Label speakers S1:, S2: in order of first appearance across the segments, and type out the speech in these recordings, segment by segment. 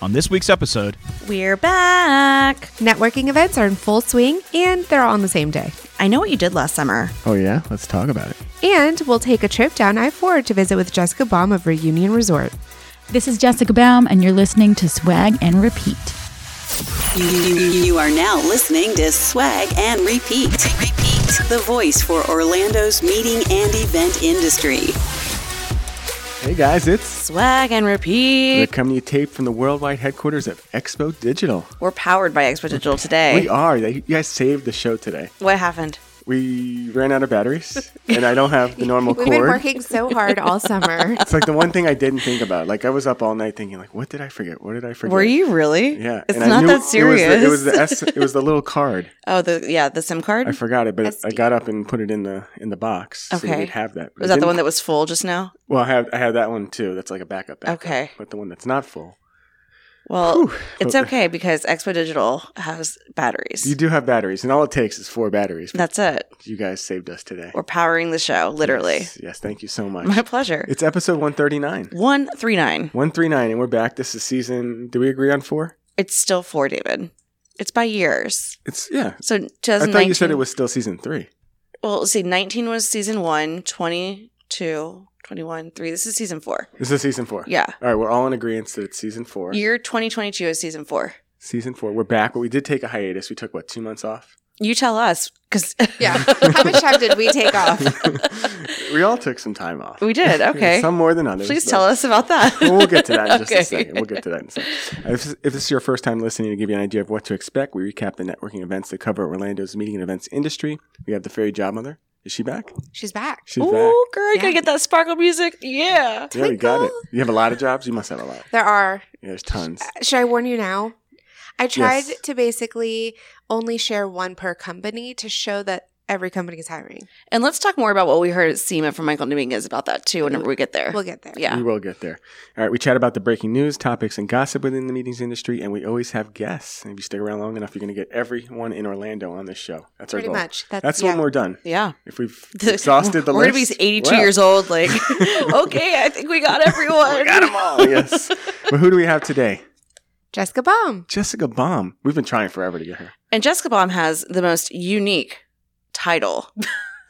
S1: On this week's episode,
S2: We're back.
S3: Networking events are in full swing and they're all on the same day.
S2: I know what you did last summer.
S1: oh yeah, let's talk about it.
S3: And we'll take a trip down I 4 to visit with Jessica Baum of Reunion Resort.
S4: This is Jessica Baum, and you're listening to Swag and Repeat.
S5: You, you- you are now listening to Swag and Repeat. Repeat. The voice for Orlando's meeting and event industry.
S6: Hey guys, it's
S2: Swag and
S6: we're
S2: repeat.
S6: coming to you tape from the worldwide headquarters of Expo Digital.
S2: We're powered by Expo Digital today.
S6: We are. You guys saved the show today.
S2: What happened?
S6: We ran out of batteries, and I don't have the normal
S3: We've been
S6: cord.
S3: working so hard all summer.
S6: It's like the one thing I didn't think about. Like I was up all night thinking, like, what did I forget? What did I forget?
S2: Were you really?
S6: Yeah.
S2: It's
S6: and I
S2: not
S6: knew
S2: that serious.
S6: It was the, it was the S, it was the little card.
S2: oh, the yeah, the SIM card.
S6: I forgot it, but I got up and put it in the in the box so
S2: Okay.
S6: that we'd have that.
S2: was that the one that was full just now?
S6: Well, I have I have that one too. That's like a backup. backup.
S2: Okay.
S6: But the one that's not full.
S2: Well,
S6: Whew.
S2: it's
S6: But-
S2: okay because Expo Digital has
S6: You
S2: batteries.
S6: do have batteries, and all it takes is four batteries.
S2: That's it.
S6: you guys saved us today.
S2: We're powering the show, literally.
S6: Yes, yes, thank you so much.
S2: My pleasure.
S6: It's episode 139.
S2: One three nine.
S6: 139, and we're back. This is season, do we agree on four?
S2: It's still four, David. It's by years.
S6: It's, yeah.
S2: So
S6: I
S2: 2019.
S6: thought you said it was still season three.
S2: Well, let's see, 19 was season one, 22, 21, 3. This is season four.
S6: This is season four.
S2: Yeah.
S6: All right, we're all in agreement that it's season four.
S2: Year 2022 is season four.
S6: Season four. We're back, but we did take a hiatus. We took, what, two months off?
S2: You tell us because
S3: Yeah. How much time did we take off?
S6: we all took some time off.
S2: we did. Okay.
S6: Some more than others.
S2: Please
S6: but-
S2: tell us about that.
S6: Well, we'll get to that in just
S2: Okay.
S6: a second. We'll get to that in a second. If, if this is your first time listening, to give you an idea of what to expect, we recap the networking events that cover Orlando's meeting and events industry. We have the fairy job mother. Is she back?
S3: She's back.
S6: She's back.
S2: Ooh, girl, you gotta
S3: Yeah.
S2: get that sparkle music. Yeah.
S6: Yeah, we got it.
S3: Twinkle.
S6: You have a lot of jobs. You must have a lot.
S3: There are.
S6: Yeah, there's tons.
S3: Should I warn you now? I tried
S6: Yes.
S3: to basically only share one per company to show that every company is hiring.
S2: And let's talk more about what we heard at SEMA from Michael Dominguez about that too whenever we get there.
S3: We'll get there.
S2: yeah.
S6: We will get there. All right, we chat about the breaking news, topics, and gossip within the meetings industry, and we always have guests. And if you stick around long enough, you're going to get everyone in Orlando on this show. That's our
S3: Pretty
S6: goal.
S3: much. That's-
S6: That's, when
S3: yeah.
S6: we're done.
S2: Yeah.
S6: If we've exhausted the
S2: We're
S6: list,
S2: gonna be 82
S6: well,
S2: years old. Like, okay, I think we got everyone.
S6: we got them all. oh, yes. But who do we have today?
S3: Jessica Baum.
S6: Jessica Baum. We've been trying forever to get her.
S2: And Jessica Baum has the most unique title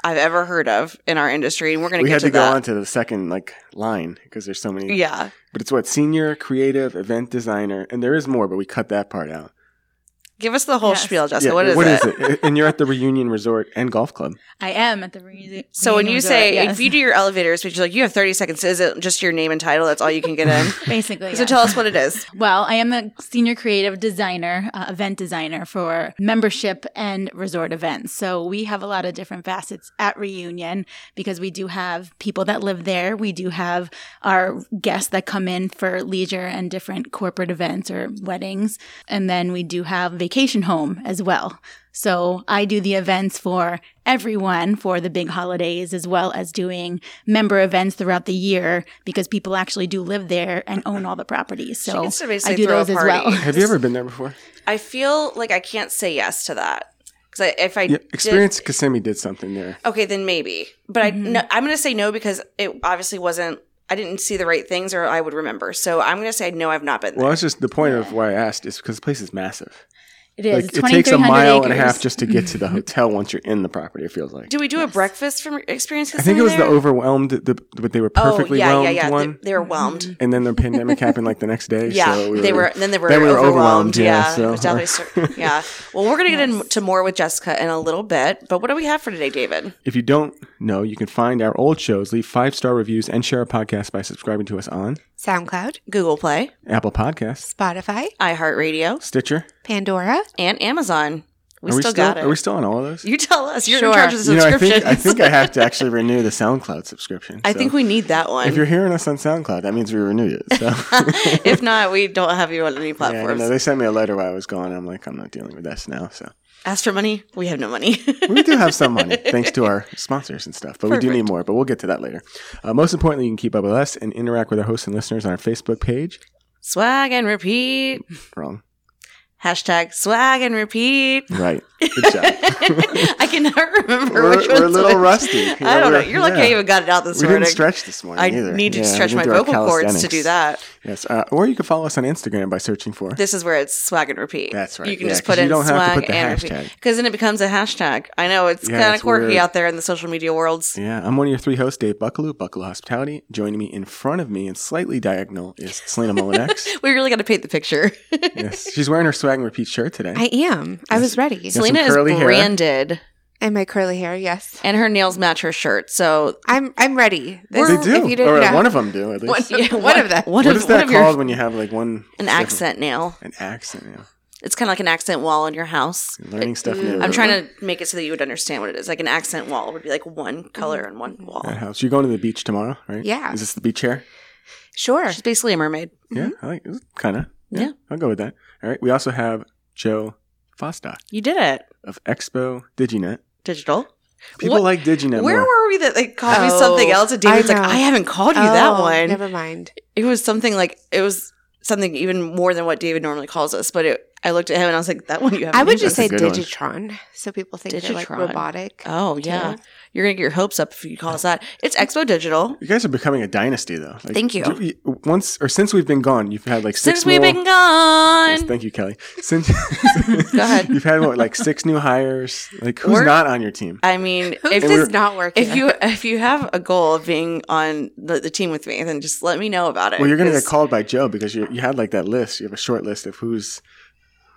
S2: I've ever heard of in our industry, and we're going
S6: We
S2: get
S6: had
S2: to
S6: to go
S2: that.
S6: on to the second like line because there's so many.
S2: yeah,
S6: But it's what senior creative event designer, and there is more, but we cut that part out.
S2: give us the whole
S4: Yes.
S2: spiel, Jessica.
S6: Yeah,
S2: what is,
S6: what
S2: it?
S6: is it? and you're at the reunion resort and golf club.
S4: I am at the reunion.
S2: So when you
S4: resort,
S2: say
S4: yes.
S2: if you do your elevators, which is like you have thirty seconds, is it just your name and title? That's all you can get in.
S4: basically,
S2: So
S4: yes.
S2: tell us what it is.
S4: Well, I am a senior creative designer, uh, event designer for membership and resort events. So we have a lot of different facets at Reunion because we do have people that live there. We do have our guests that come in for leisure and different corporate events or weddings. And then we do have vacation home as well. So I do the events for everyone for the big holidays as well as doing member events throughout the year because people actually do live there and own all the properties.
S2: She
S4: So
S2: gets to basically
S4: I do
S2: throw a
S4: those as
S2: party.
S4: well.
S6: Have you ever been there before?
S2: I feel like I can't say yes to that because if I
S6: Yeah,
S2: did-
S6: Experience Kissimmee did something there.
S2: okay, then maybe. But I, no, I'm going to say no because it obviously wasn't. I didn't see the right things, or I would remember. So I'm going to say no. I've not been there.
S6: Well, that's just the point of why I asked is because the place is massive.
S4: It is.
S6: Like, it takes a mile and a
S4: 2,300
S6: half
S4: acres.
S6: just to get to the hotel once you're in the property. It feels like.
S2: Do we do a breakfast from Experience?
S6: I think it was
S2: there?
S6: the overwhelmed, the, but they were perfectly
S2: oh, yeah,
S6: whelmed
S2: yeah, yeah. They-
S6: one.
S2: They, were whelmed.
S6: and then the pandemic happened like the next day.
S2: Yeah,
S6: so we
S2: they were. Then they were,
S6: we
S2: overwhelmed. Yeah,
S6: so-
S2: it was definitely cer- yeah. Well, we're gonna get into more with Jessica in a little bit. But what do we have for today, David?
S6: If you don't know, you can find our old shows, leave five star reviews, and share our podcast by subscribing to us on
S3: SoundCloud,
S2: Google Play,
S6: Apple Podcasts,
S3: Spotify,
S2: iHeartRadio,
S6: Stitcher.
S3: Pandora.
S2: and Amazon. We
S6: are
S2: still,
S6: we
S2: got it.
S6: Are we still on all of those?
S2: you tell us. You're in
S3: Sure.
S2: charge of the
S6: You know, I
S2: subscription.
S6: think I think I have to actually renew the SoundCloud subscription. so-
S2: we need that one.
S6: If you're hearing us on SoundCloud, that means we renewed it. So.
S2: if not, we don't have you on any
S6: Yeah, I
S2: platforms.
S6: know. They sent me a letter while I was gone. and I'm like, I'm not dealing with this now. So
S2: Ask for money. We have no money.
S6: we do have some money thanks to our sponsors and stuff, but we do need more. But we'll get to that later. Uh, most importantly, you can keep up with us and interact with our hosts and listeners on our Facebook page.
S2: Swag and repeat.
S6: Wrong.
S2: Hashtag swag and repeat.
S6: Right. Good job.
S2: I cannot remember
S6: We're-
S2: which
S6: we're a
S2: one's
S6: little
S2: which.
S6: rusty.
S2: I
S6: Yeah,
S2: don't know.
S6: we're-
S2: You're lucky
S6: yeah.
S2: I even got it out this
S6: we
S2: morning.
S6: didn't stretch this morning
S2: I
S6: either.
S2: need to
S6: Yeah, we
S2: stretch my
S6: didn't do our
S2: vocal cords to do
S6: calisthenics.
S2: that.
S6: Yes. Uh, or you can follow us on Instagram by searching for.
S2: This is where it's swag and repeat.
S6: That's right.
S2: You can
S6: Yeah,
S2: just put
S6: 'cause you
S2: in
S6: don't have to
S2: swag
S6: put the
S2: and
S6: hashtag.
S2: repeat because then it becomes a hashtag. I know it's
S6: Yeah,
S2: kind of
S6: it's
S2: quirky
S6: weird.
S2: out there in the social media worlds.
S6: yeah, I'm one of your three hosts, Dave Bucklew, Bucklew Hospitality. Joining me in front of me and slightly diagonal is Selena Molinex.
S2: We really got to paint the picture.
S6: yes, she's wearing her swag and repeat shirt today.
S3: I am. I was ready.
S6: some
S2: Selena is
S6: curly hair.
S2: branded,
S3: And my curly hair, yes.
S2: and her nails match her shirt. So
S3: I'm I'm ready. This-
S6: they do,
S3: If you didn't
S6: or
S3: know,
S6: one of them do at least.
S3: One- Yeah, of them.
S2: One
S6: what
S2: of,
S6: is
S2: one
S6: that
S2: of your-
S6: called when you have like one
S2: an
S6: different-
S2: accent nail.
S6: An accent. Yeah.
S2: It's kind of like an accent wall in your house.
S6: You're learning stuff new.
S2: I'm trying to make it so that you would understand what it is. Like an accent wall would be like one color and one wall.
S6: That house. You're going to the beach tomorrow, right?
S3: Yeah.
S6: Is this the beach chair?
S3: sure.
S2: She's basically a mermaid.
S6: Yeah, I like kind of.
S2: Mm-hmm. Yeah.
S6: I'll go with that. All right. We also have Joe Fostock
S2: You did it.
S6: of Expo DigiNet.
S2: Digital.
S6: People
S2: What-
S6: like DigiNet.
S2: Where
S6: more.
S2: were we that they called me
S3: Oh,
S2: something else? And David's
S3: I
S2: like,
S3: know.
S2: I haven't called you that
S3: Oh,
S2: one.
S3: Never mind.
S2: It was something like it was something even more than what David normally calls us. But it, I looked at him and I was like, that one you haven't.
S3: I would
S2: used.
S3: just say
S6: That's a good one.
S3: Digitron, so people think they're like
S2: Digitron.
S3: robotic.
S2: Oh yeah, you're gonna get your hopes up if you call us that. It's Expo Digital.
S6: You guys are becoming a dynasty, though. Like,
S2: Thank you.
S6: do- Once or since we've been gone, you've had like six
S2: Since we've
S6: more-
S2: been gone,
S6: Yes, thank you, Kelly. Since
S2: Go ahead.
S6: you've had what, like six new hires. Like who's
S2: We're-
S6: not on your team?
S2: I mean,
S3: Who
S2: if
S3: does not work
S2: if
S3: here?
S2: you if you have a goal of being on the, the team with me, then just let me know about it.
S6: Well, you're gonna get
S2: 'cause
S6: called by Joe because you you had like that list. You have a short list of who's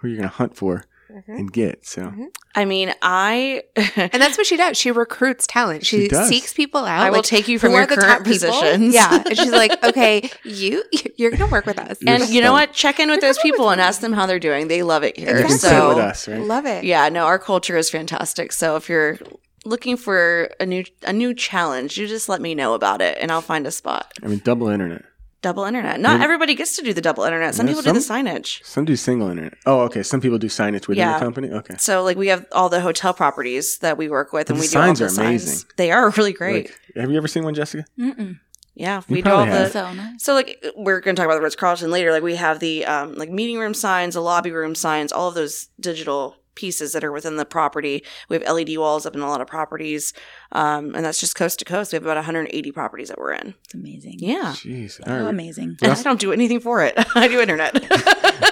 S6: who you're gonna hunt for
S2: Mm-hmm.
S6: and get. So
S2: I mean, I
S3: And that's what she does. She recruits talent.
S6: She
S3: She,
S6: does.
S3: seeks people out.
S2: I will
S3: like,
S2: take you from
S3: who
S2: your
S3: are the
S2: current
S3: top people.
S2: positions.
S3: Yeah. And she's like, okay, you, you're going to work with us.
S2: and you know
S6: stumped.
S2: what? Check in with those people and ask them how they're doing. They love it here.
S6: you can
S3: Exactly.
S6: sit with
S2: So
S6: us, right?
S3: Love it.
S2: yeah, no, our culture is fantastic. So if you're looking for a new a new challenge, you just let me know about it, and I'll find a spot.
S6: I mean, double internet.
S2: Double internet. Not
S6: Maybe-
S2: everybody gets to do the double internet. Some
S6: Yeah,
S2: people do the
S6: some-
S2: signage.
S6: Some do single internet. Oh, okay. Some people do signage within the
S2: Yeah.
S6: company. Okay.
S2: So like we have all the hotel properties that we work with,
S6: But
S2: and
S6: the
S2: we do all
S6: signs
S2: the
S6: are
S2: signs.
S6: amazing.
S2: They are really great.
S6: Like, have you ever seen one, Jessica?
S4: Mm-mm.
S2: yeah,
S6: You
S2: we do all
S6: probably have.
S2: the.
S4: So nice.
S2: So like we're going to talk about the Ritz Carlton later. Like we have the um, like meeting room signs, the lobby room signs, all of those digital pieces that are within the property. We have LED walls up in a lot of properties, um, and that's just coast to coast. We have about 180 properties that we're in.
S4: It's amazing.
S2: Yeah,
S6: Jeez.
S4: So
S6: All right.
S4: amazing.
S2: I don't do anything for it. I do internet.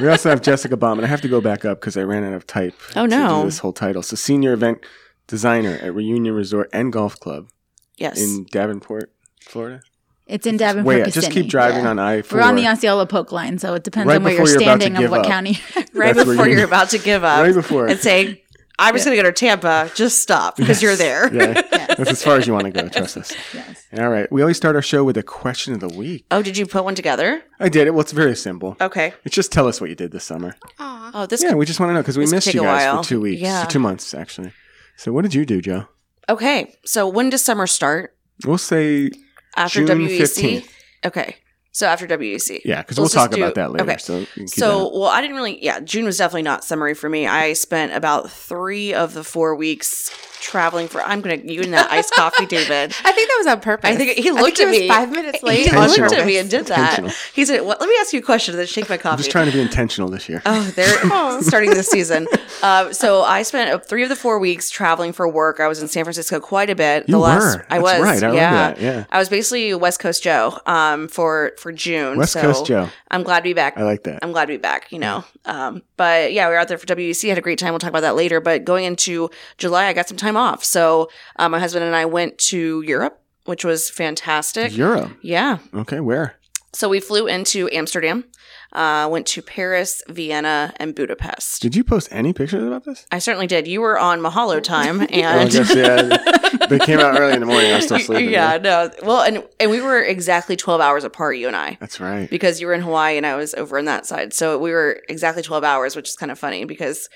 S6: we also have Jessica Bauman. I have to go back up because I ran out of type.
S2: Oh,
S6: to
S2: no.
S6: do this whole title. So senior event designer at Reunion Resort and Golf Club
S2: yes,
S6: in Davenport, Florida.
S4: It's in Davenport.
S6: Wait, just keep
S4: Kissimmee.
S6: driving
S4: Yeah.
S6: on I four.
S4: We're on the Osceola Poke line, so it depends
S6: Right
S4: on where
S6: before
S4: you're
S6: you're about to
S4: standing and
S6: give
S4: what
S6: up.
S4: county.
S2: right
S6: That's where
S2: before
S6: you-
S2: you're about to give up,
S6: Right before.
S2: and say, "I'm just going to go to Tampa." Just stop because you're there.
S6: yeah, that's as far as you want to go. Trust us.
S4: yes.
S6: All right. We always start our show with a question of the week.
S2: Oh, did you put one together?
S6: I did it. Well, it's very simple.
S2: Okay.
S6: It's just tell us what you did this summer.
S3: Aw.
S2: Oh, this
S6: Yeah, we just want to know because we
S2: this could
S6: missed
S2: take
S6: you
S2: a
S6: guys
S2: while.
S6: for two weeks,
S2: Yeah.
S6: two months actually. So what did you do, Joe?
S2: Okay. So when does summer start?
S6: We'll say
S2: After
S6: June
S2: WEC?
S6: 15th.
S2: Okay. So after E WEC.
S6: yeah, because we'll
S2: Let's
S6: talk
S2: just do-
S6: about that later.
S2: okay.
S6: So you can keep
S2: So, well, I didn't really, yeah, June was definitely not summery for me. I spent about three of the four weeks traveling for, I'm going to, you and that iced coffee, David.
S3: I think that was on purpose.
S2: I think he looked
S3: it
S2: at
S3: was
S2: me.
S3: five minutes late.
S2: He
S3: on
S2: looked at
S3: purpose.
S2: me and did that.
S6: Intentional.
S2: He said, well, let me ask you a question, then shake my
S6: that.
S2: coffee.
S6: I'm just trying to be intentional this year.
S2: Oh, they're starting this season. Uh, so I spent uh, three of the four weeks traveling for work. I was in San Francisco quite a bit.
S6: You
S2: the last
S6: were.
S2: I
S6: That's
S2: was
S6: right. I remember
S2: yeah.
S6: that. Yeah.
S2: I was basically a West Coast Joe um, for for June.
S6: West
S2: so
S6: Coast Joe.
S2: I'm glad to be back.
S6: I like that.
S2: I'm glad to be back, you know. Um, but yeah, we were out there for WEC, had a great time. We'll talk about that later. But going into July, I got some time off. So um, my husband and I went to Europe, which was fantastic.
S6: Europe.
S2: yeah.
S6: Okay, where?
S2: So we flew into Amsterdam, uh, went to Paris, Vienna, and Budapest.
S6: Did you post any pictures about this? Oh,
S2: I certainly did. You were on Mahalo time, and
S6: I guess, yeah. they came out early in the morning. I was still sleeping.
S2: yeah, no, well, and and we were exactly twelve hours apart, you and I,
S6: That's right.
S2: because you were in Hawaii and I was over on that side, so we were exactly twelve hours, which is kind of funny because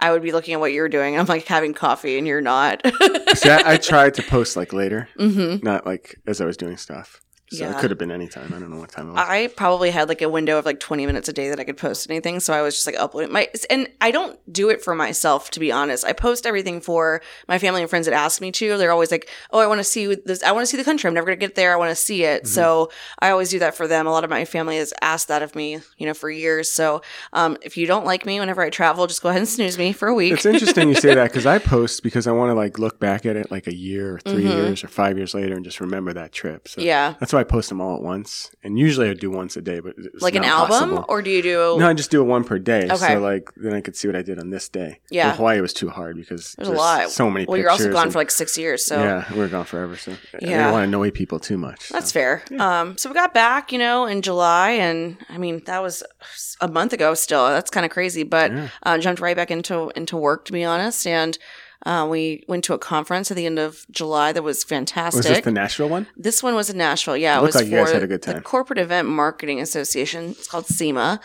S2: I would be looking at what you're doing, and I'm like having coffee, and you're not.
S6: See, I, I tried to post like later,
S2: hmm
S6: not like as I was doing stuff. So
S2: Yeah.
S6: it could have been any time. I don't know what time it was.
S2: I probably had like a window of like 20 minutes a day that I could post anything. So I was just like uploading my, and I don't do it for myself, to be honest. I post everything for my family and friends that ask me to. They're always like, oh, I want to see this. I want to see the country. I'm never going to get there. I want to see it.
S6: Mm-hmm.
S2: So I always do that for them. A lot of my family has asked that of me, you know, for years. So um, if you don't like me whenever I travel, just go ahead and snooze me for a week.
S6: it's interesting you say that because I post because I want to like look back at it like a year or 3
S2: Mhm.
S6: years or five years later and just remember that trip. So
S2: yeah.
S6: that's why I post them all at once. And usually I do once a day, but it's
S2: Like an
S6: not
S2: album
S6: possible.
S2: or do you do?
S6: no, I just do it one per day.
S2: Okay.
S6: So like then I could see what I did on this day.
S2: Yeah.
S6: But Hawaii was too hard because
S2: There's a lot.
S6: So many.
S2: well, you're also
S6: pictures
S2: gone
S6: and-
S2: for like six years. So
S6: yeah, we were gone forever. So I
S2: Yeah.
S6: didn't want to annoy people too much.
S2: That's
S6: so.
S2: fair. Um, so we got back, you know, in July, and I mean that was a month ago. Still, that's kind of crazy. But
S6: Yeah.
S2: uh, jumped right back into into work, to be honest. And uh, we went to a conference at the end of July that was fantastic.
S6: Was Oh, this the Nashville one?
S2: This one was in Nashville. Yeah,
S6: It
S2: it,
S6: looked
S2: was
S6: like you guys
S2: for
S6: had a good
S2: the
S6: time.
S2: Corporate Event Marketing Association. It's called SEMA.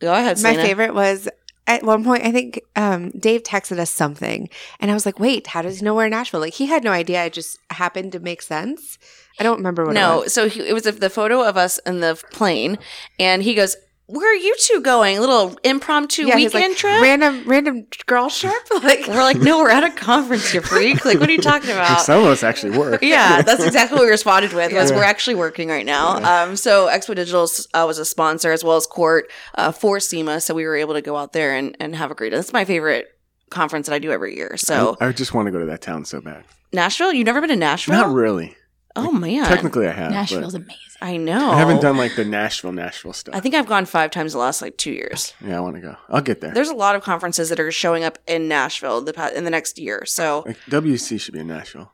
S2: Go ahead,
S3: My
S2: Selena.
S3: favorite was at one point, I think um, Dave texted us something, and I was like, wait, how does he know we're in Nashville? Like, he had no idea. It just happened to make sense. I don't remember what it
S2: No,
S3: was.
S2: so he, it was a, the photo of us in the plane, and he goes, "Where are you two going? little impromptu
S3: Yeah, he's
S2: weekend
S3: like,
S2: trip."
S3: Random, random girl trip? Like,
S2: We're like, no, we're at a conference, you freak. Like, what are you talking about?
S6: Some of us actually were.
S2: yeah, that's exactly what we responded with. Was we're actually working right now. Um, so Expo Digital uh, was a sponsor as well as Court uh, for SEMA, so we were able to go out there and, and have a great. That's my favorite conference that I do every year. So
S3: Oh.
S6: I, I just want to go to that town so bad.
S2: Nashville, you've never been to Nashville?
S6: Not really.
S2: Oh man,
S3: Uh,
S6: Technically, I have. but
S4: Nashville's amazing.
S2: I know.
S6: I
S3: Oh.
S6: haven't done like the Nashville, Nashville stuff.
S2: I think I've gone five times the last like two years.
S6: Yeah, I want to go. I'll get there.
S2: There's a lot of conferences that are showing up in Nashville the pa- in the next year. So
S6: like, WC should be in Nashville.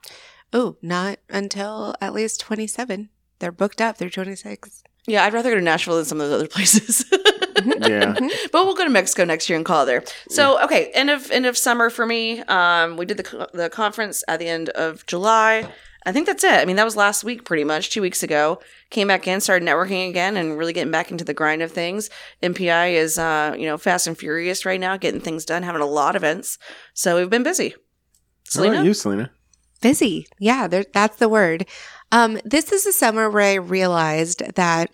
S3: oh, not until at least 27. They're booked up through 26.
S2: yeah, I'd rather go to Nashville than some of those other places.
S3: Mhm.
S6: Yeah.
S2: but we'll go to Mexico next year and call it there. So okay, end of end of summer for me. Um, we did the co- the conference at the end of July. I think that's it. I mean, that was last week, pretty much two weeks ago. Came back in, started networking again, and really getting back into the grind of things. MPI is uh, you know fast and furious right now, getting things done, having a lot of events. So we've been busy.
S6: What
S2: Selena,
S6: about you, Selena?
S3: busy. Yeah, there, that's the word. Um, this is a summer where I realized that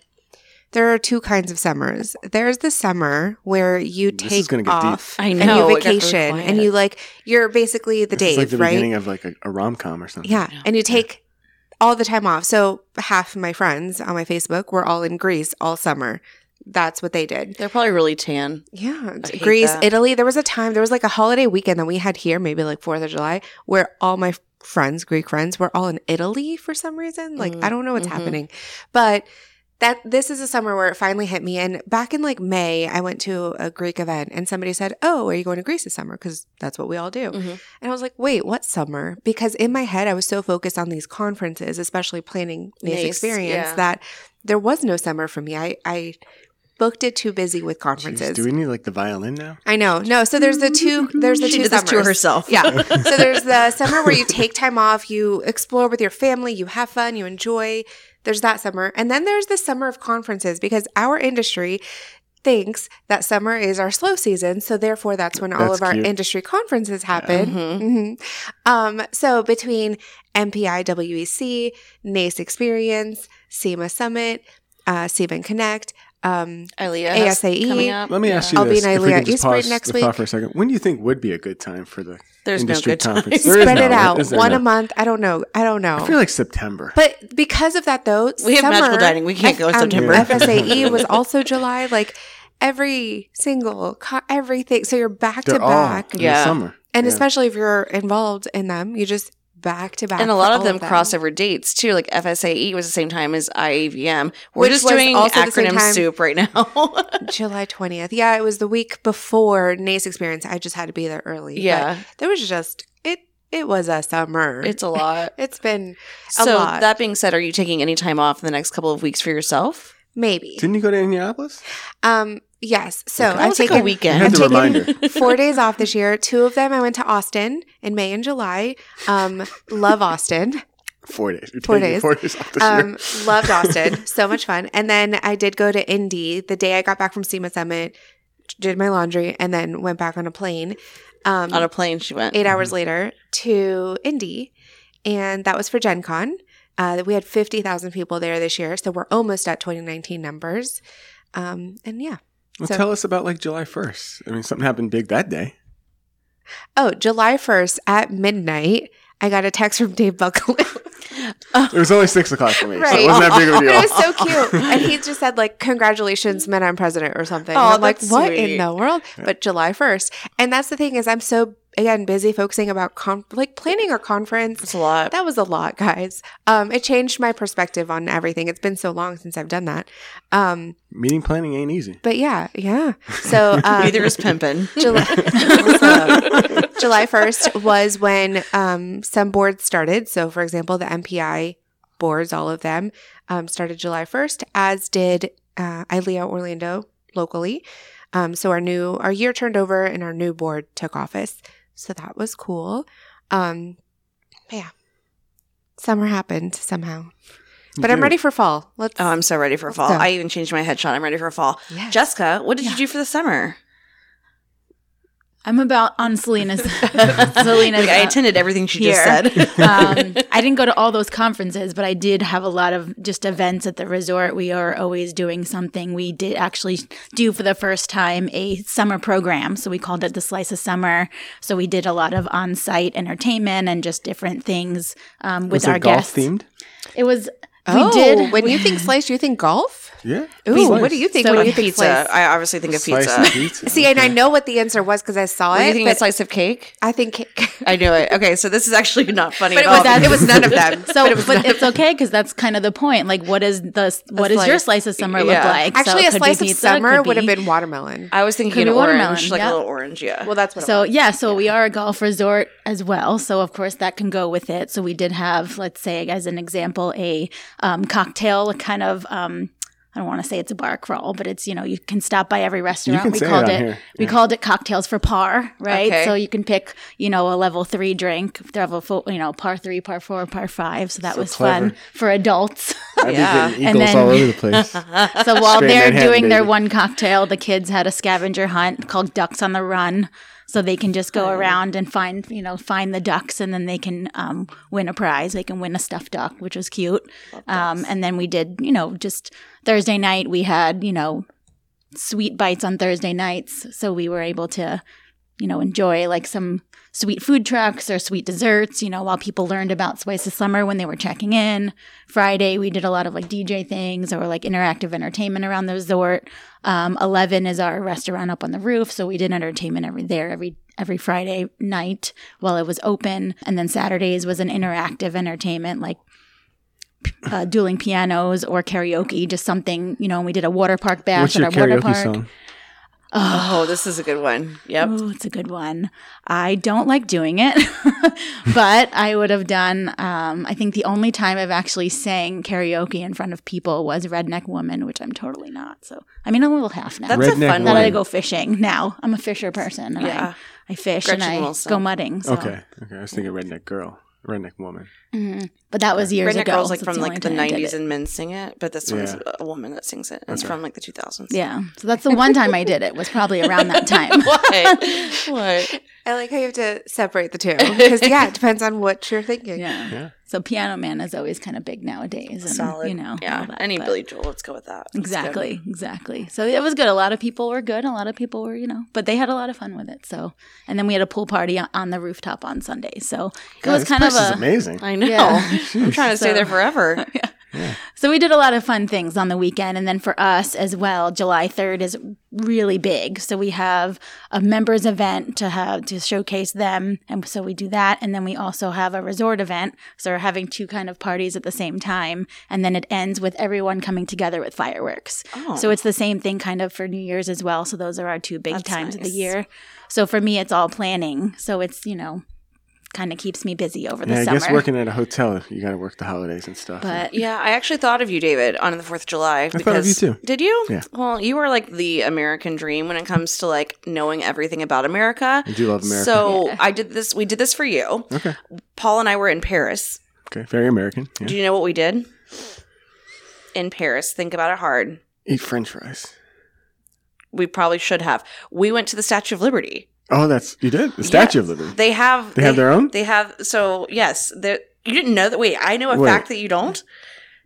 S3: there are two kinds of summers. There's the summer where you
S6: This
S3: take
S6: is gonna get deep.
S3: off
S2: I
S3: and
S2: know,
S3: you
S2: it got really
S3: vacation and
S2: quiet.
S3: you like you're basically the
S6: This
S3: Dave,
S6: is like the
S3: right?
S6: beginning of like a, a rom com or something.
S3: Yeah. And you take all the time off. So half my friends on my Facebook were all in Greece all summer. That's what they did.
S2: they're probably really tan.
S3: Yeah.
S2: I hate
S3: Greece,
S2: that.
S3: Italy. There was a time, there was like a holiday weekend that we had here, maybe like 4th of July, where all my friends, Greek friends, were all in Italy for some reason. Like,
S2: Mm,
S3: I don't know what's
S2: mhm.
S3: happening. But that this is a summer where it finally hit me. And back in like May, I went to a Greek event and somebody said, Oh, are you going to Greece this summer? Because that's what we all do.
S2: Mhm.
S3: And I was like, Wait, what summer? Because in my head, I was so focused on these conferences, especially planning this
S2: Nice,
S3: experience,
S2: yeah.
S3: that there was no summer for me. I, I booked it too busy with
S6: Jeez,
S3: conferences.
S6: do we need like the violin now?
S3: I know. No, so there's the two. There's the
S2: She
S3: two
S2: did this to
S3: summers.
S2: herself.
S3: Yeah. so there's the summer where you take time off, you explore with your family, you have fun, you enjoy. There's that summer, and then there's the summer of conferences because our industry thinks that summer is our slow season, so therefore that's when all
S6: That's
S3: of our
S6: cute.
S3: industry conferences happen.
S2: Mm-hmm.
S3: Mhm. Um, so between MPI WEC, NACE Experience, SEMA E Summit, uh, SEMA and Connect. Um,
S2: Ilea
S3: ASAE.
S2: coming up.
S6: E. Let me
S2: Yeah. Oh,
S6: ask you
S3: I'll be
S6: this.
S3: in
S6: if we
S3: Ilea
S6: could just
S3: East Braid
S6: pause
S3: next
S6: the thought
S3: week.
S6: for a second. When do you think would be a good time for the
S2: There's no
S6: industry
S2: good time.
S6: conference? There is
S3: spread
S6: no,
S3: it out
S6: is there
S3: one
S6: no?
S3: a month. I don't know. I don't know.
S6: I feel like September.
S3: Oh. But because of that, though,
S2: We have
S3: summer-
S2: magical dining. We can't go in
S3: um,
S2: September.
S3: FSAE was also July. Like every single co- everything. So you're back
S6: They're
S3: to back,
S6: all in
S2: Yeah.
S6: the summer.
S3: and
S6: Yeah.
S3: especially if you're involved in them, you just back to back.
S2: and a
S3: for
S2: lot
S3: all
S2: of them cross over dates too. Like FSAE E was the same time as IAVM. We're
S3: Which
S2: just
S3: was
S2: doing
S3: also the same
S2: acronym
S3: time-
S2: soup right now.
S3: July twentieth. Yeah, it was the week before Nace experience. I just had to be there early. But
S2: yeah,
S3: there was just it. It was a summer.
S2: it's a lot.
S3: it's been A
S2: so
S3: lot.
S2: that being said, are you taking any time off in the next couple of weeks for yourself?
S3: maybe.
S6: Didn't you go to Indianapolis?
S3: Um. Yes. So
S2: That
S3: I've
S2: was like
S3: taken
S2: a
S6: You
S2: weekend.
S6: had
S3: I'm
S6: the
S3: taking-
S6: reminder.
S3: four days off this year. Two of them I went to Austin in May and July. Um, love Austin.
S6: Four days. You're
S3: Four
S6: taking
S3: days.
S6: Four days off this year.
S3: Um, loved Austin. So much fun. And then I did go to Indy the day I got back from SEMA Summit, did my laundry, and then went back on a plane. Um,
S6: Mm-hmm.
S2: On a plane, she went.
S3: eight hours later to Indy. And that was for Gen Con. Uh, we had 50,000 people there this year. So we're almost at 2019 numbers. Um, and yeah.
S6: Well,
S3: So-
S6: tell us about like July 1st. I mean, something happened big that day.
S3: Oh, July 1st at midnight, I got a text from Dave Buckley.
S6: It was only six o'clock for me, so
S3: Right.
S6: it wasn't that big of a deal.
S3: It was so cute. And he just said, like, congratulations, men, I'm president or something. And
S2: Aw,
S3: I'm like,
S2: that's
S3: what
S2: sweet.
S3: in the world? But July 1st. And that's the thing is I'm so, again, busy focusing about, con- like, planning our conference.
S2: It's a lot.
S3: That was a lot, guys. Um, it changed my perspective on everything. It's been so long since I've done that. Um,
S6: Meeting planning ain't easy.
S3: but yeah, yeah. So um,
S2: Neither is pimping.
S3: July, July 1st was when um, some boards started. So, for example, the MPI boards, all of them, um, started July 1st, as did uh, ILEA Orlando locally. Um, so, our new, our year turned over and our new board took office. So, that was cool. Um, but yeah, summer happened somehow. But I'm
S6: did.
S3: ready for fall. Let's.
S4: Uh,
S2: Oh, I'm so ready for fall.
S3: So-
S2: I even changed my headshot. I'm ready for fall.
S3: Yes.
S2: Jessica, what did
S4: Yeah.
S2: you do for the summer?
S4: I'm about on Selena's. Selena's
S2: Like, I
S4: uh,
S2: attended everything she just
S4: here.
S2: said.
S4: um, I didn't go to all those conferences, but I did have a lot of just events at the resort. We are always doing something. We did actually do for the first time a summer program. So we called it the Slice of Summer. So we did a lot of on site entertainment and just different things um, with
S6: was
S4: our
S6: it golf
S4: guests.
S6: themed?
S4: It was,
S3: Oh,
S4: we did.
S3: When you think slice, you think golf?
S6: Yeah.
S3: Ooh, what do you think
S4: So
S3: when you
S4: pizza.
S3: think
S2: pizza.
S3: slice?
S2: I obviously think of
S6: Slice
S2: pizza.
S6: of
S2: Do
S6: pizza.
S3: See, and I know what the answer was because I saw
S2: you
S3: it.
S2: think
S3: but
S2: a slice of cake?
S3: I think,
S2: I knew it. Okay, so this is actually not funny
S3: but
S2: at
S3: it
S2: all.
S3: was, it was none of them.
S4: so, but, it's okay because that's kind of the point. Like, what is the what does your
S2: slice.
S4: slice of summer
S2: Yeah.
S4: look like? So
S3: Actually,
S4: it
S3: a
S4: could be
S3: slice of
S4: pizza, it
S3: summer
S4: could
S3: would have
S4: be-
S3: been watermelon.
S2: I was thinking
S4: Could
S2: an
S4: be watermelon,
S2: orange, like
S4: yeah.
S2: a little orange. Yeah.
S3: Well, that's what.
S4: So yeah, so we are a golf resort as well. So of course that can go with it. So we did have, let's say, as an example, a um, cocktail a kind of. Um, I don't want to say it's a bar crawl, but it's you know you can stop by every restaurant.
S6: can
S4: we
S6: say it
S4: called
S6: on
S4: it
S6: here.
S4: we
S6: Yeah.
S4: called it cocktails for par, right?
S2: Okay.
S4: So you can pick you know a level three drink, level four, you know par three, par four, par five. So that
S6: So
S4: was
S6: clever.
S4: fun for adults.
S6: I'd
S2: Yeah.
S6: be getting
S4: And
S6: eagles
S4: then-
S6: all over the place.
S4: So while
S6: Straight
S4: they're
S6: Manhattan,
S4: doing their
S6: baby.
S4: one cocktail, the kids had a scavenger hunt called Ducks on the Run. So they can just go around and find, you know, find the ducks, and then they can um, win a prize. They can win a stuffed duck, which was cute. Um, and then we did, you know, just Thursday night we had, you know, sweet bites on Thursday nights, so we were able to, you know, enjoy like some sweet food trucks or sweet desserts. You know, while people learned about Spice of Summer when they were checking in. Friday, we did a lot of like DJ things or like interactive entertainment around the resort. Um, Eleven is our restaurant up on the roof, so we did entertainment every there every every Friday night while it was open, and then Saturdays was an interactive entertainment like p- uh, dueling pianos or karaoke, just something you know. And we did a water park
S6: What's
S4: bash at
S6: your
S4: our
S6: karaoke
S4: water park.
S6: song?
S2: oh, this is a good one. Yep.
S4: Ooh, it's a good one. I don't like doing it, but I would have done. Um, I think the only time I've actually sang karaoke in front of people was Redneck Woman, which I'm totally not. So I mean, I'm a little half now.
S2: That's a
S6: Redneck
S2: fun
S4: that I
S6: Woman.
S2: one.
S4: go fishing now. I'm a fisher person. And
S2: Yeah.
S4: I, I fish
S2: Gretchen
S4: and I
S2: Wilson.
S4: go mudding. So.
S6: Okay. Okay. I was thinking redneck girl, redneck woman.
S4: Mhm. But that was years
S2: Redneck
S4: ago.
S2: Girls like
S4: so
S2: from
S4: it's
S2: like the
S4: only time I did
S2: '90s,
S4: it.
S2: and men sing it, but this one's
S6: Yeah.
S2: a woman that sings it. It's
S6: Okay.
S2: from like the 2000s.
S4: yeah. So that's the one time I did it. Was probably around that time.
S2: what? What?
S3: I like how you have to separate the two because yeah, it depends on what you're thinking.
S4: Yeah.
S6: Yeah.
S4: So Piano Man is always kind of big nowadays. And,
S2: Solid.
S4: You know.
S2: yeah.
S4: all that,
S2: Any
S4: but-
S2: Billy Joel. Let's go with that. That's good.
S4: Exactly, exactly. So it was good. A lot of people were good. A lot of people were, you know, but they had a lot of fun with it. So, and then we had a pool party on- on the rooftop on Sunday. So it
S6: God,
S4: was
S6: this
S4: kind of
S6: place is
S4: a.
S6: amazing.
S2: I know.
S4: Yeah.
S2: I'm trying to stay
S4: So-
S2: there forever.
S4: So we did a lot of fun things on the weekend. And then for us as well, July 3rd is really big. So we have a members event to have to showcase them. And so we do that. And then we also have a resort event. So we're having two kind of parties at the same time. And then it ends with everyone coming together with fireworks.
S2: Oh.
S4: So it's the same thing kind of for New Year's as well. So those are our two big
S2: That's
S4: times of the
S2: nice.
S4: year. So for me, it's all planning. So it's, you know, kind of keeps me busy over the
S6: yeah, I
S4: summer.
S6: guess working at a hotel, you got to work the holidays and stuff.
S4: but
S2: Yeah, I actually thought of you, David, on the Fourth of July.
S6: thought of you too.
S2: Did you?
S6: Yeah.
S2: Well, you are like the American dream when it comes to like knowing everything about America.
S6: I do love America.
S2: So I did this. We did this for you.
S6: okay.
S2: Paul and I were in Paris.
S6: Okay. Very American. Yeah.
S2: Do you know what we did? In Paris, think about it hard.
S6: Eat French fries.
S2: We probably should have. We went to the Statue of Liberty.
S6: Oh, that's you did the Statue of
S2: Yes.
S6: Liberty.
S2: They have
S6: They have their own?
S2: They have so yes. there- You didn't know that? Wait, I know a
S6: Wait.
S2: fact that you don't.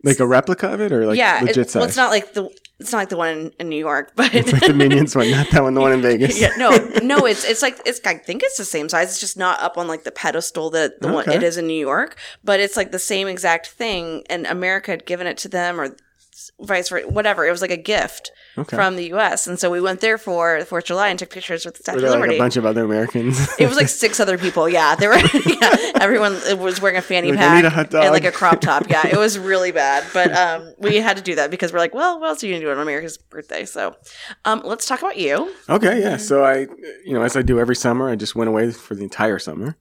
S6: Like a replica of it, or like
S2: yeah,
S6: legit
S2: it-
S6: size?
S2: well, it's not like the it's not like the one in, in New York, but
S6: It's like the Minions one, not that one. The one in Vegas.
S2: yeah, no, no, it's it's like it's. I think it's the same size. It's just not up on like the pedestal that the one
S6: Okay.
S2: it is in New York, but it's like the same exact thing. And America had given it to them, or vice versa, whatever. It was like a gift
S6: Okay.
S2: from the U.S. And so we went there for the Fourth of July and took pictures with the Statue
S6: Were
S2: of
S6: there like
S2: Liberty.
S6: a bunch of other Americans?
S2: it was like six other people. Yeah, there were. Yeah, everyone was wearing a fanny
S6: Like, I
S2: pack
S6: need a hot dog.
S2: and like a crop top. Yeah, it was really bad, but um, we had to do that because we're like, well, what else are you gonna do on America's birthday? So, um, let's talk about you.
S6: Okay, yeah. So I, you know, as I do every summer, I just went away for the entire summer.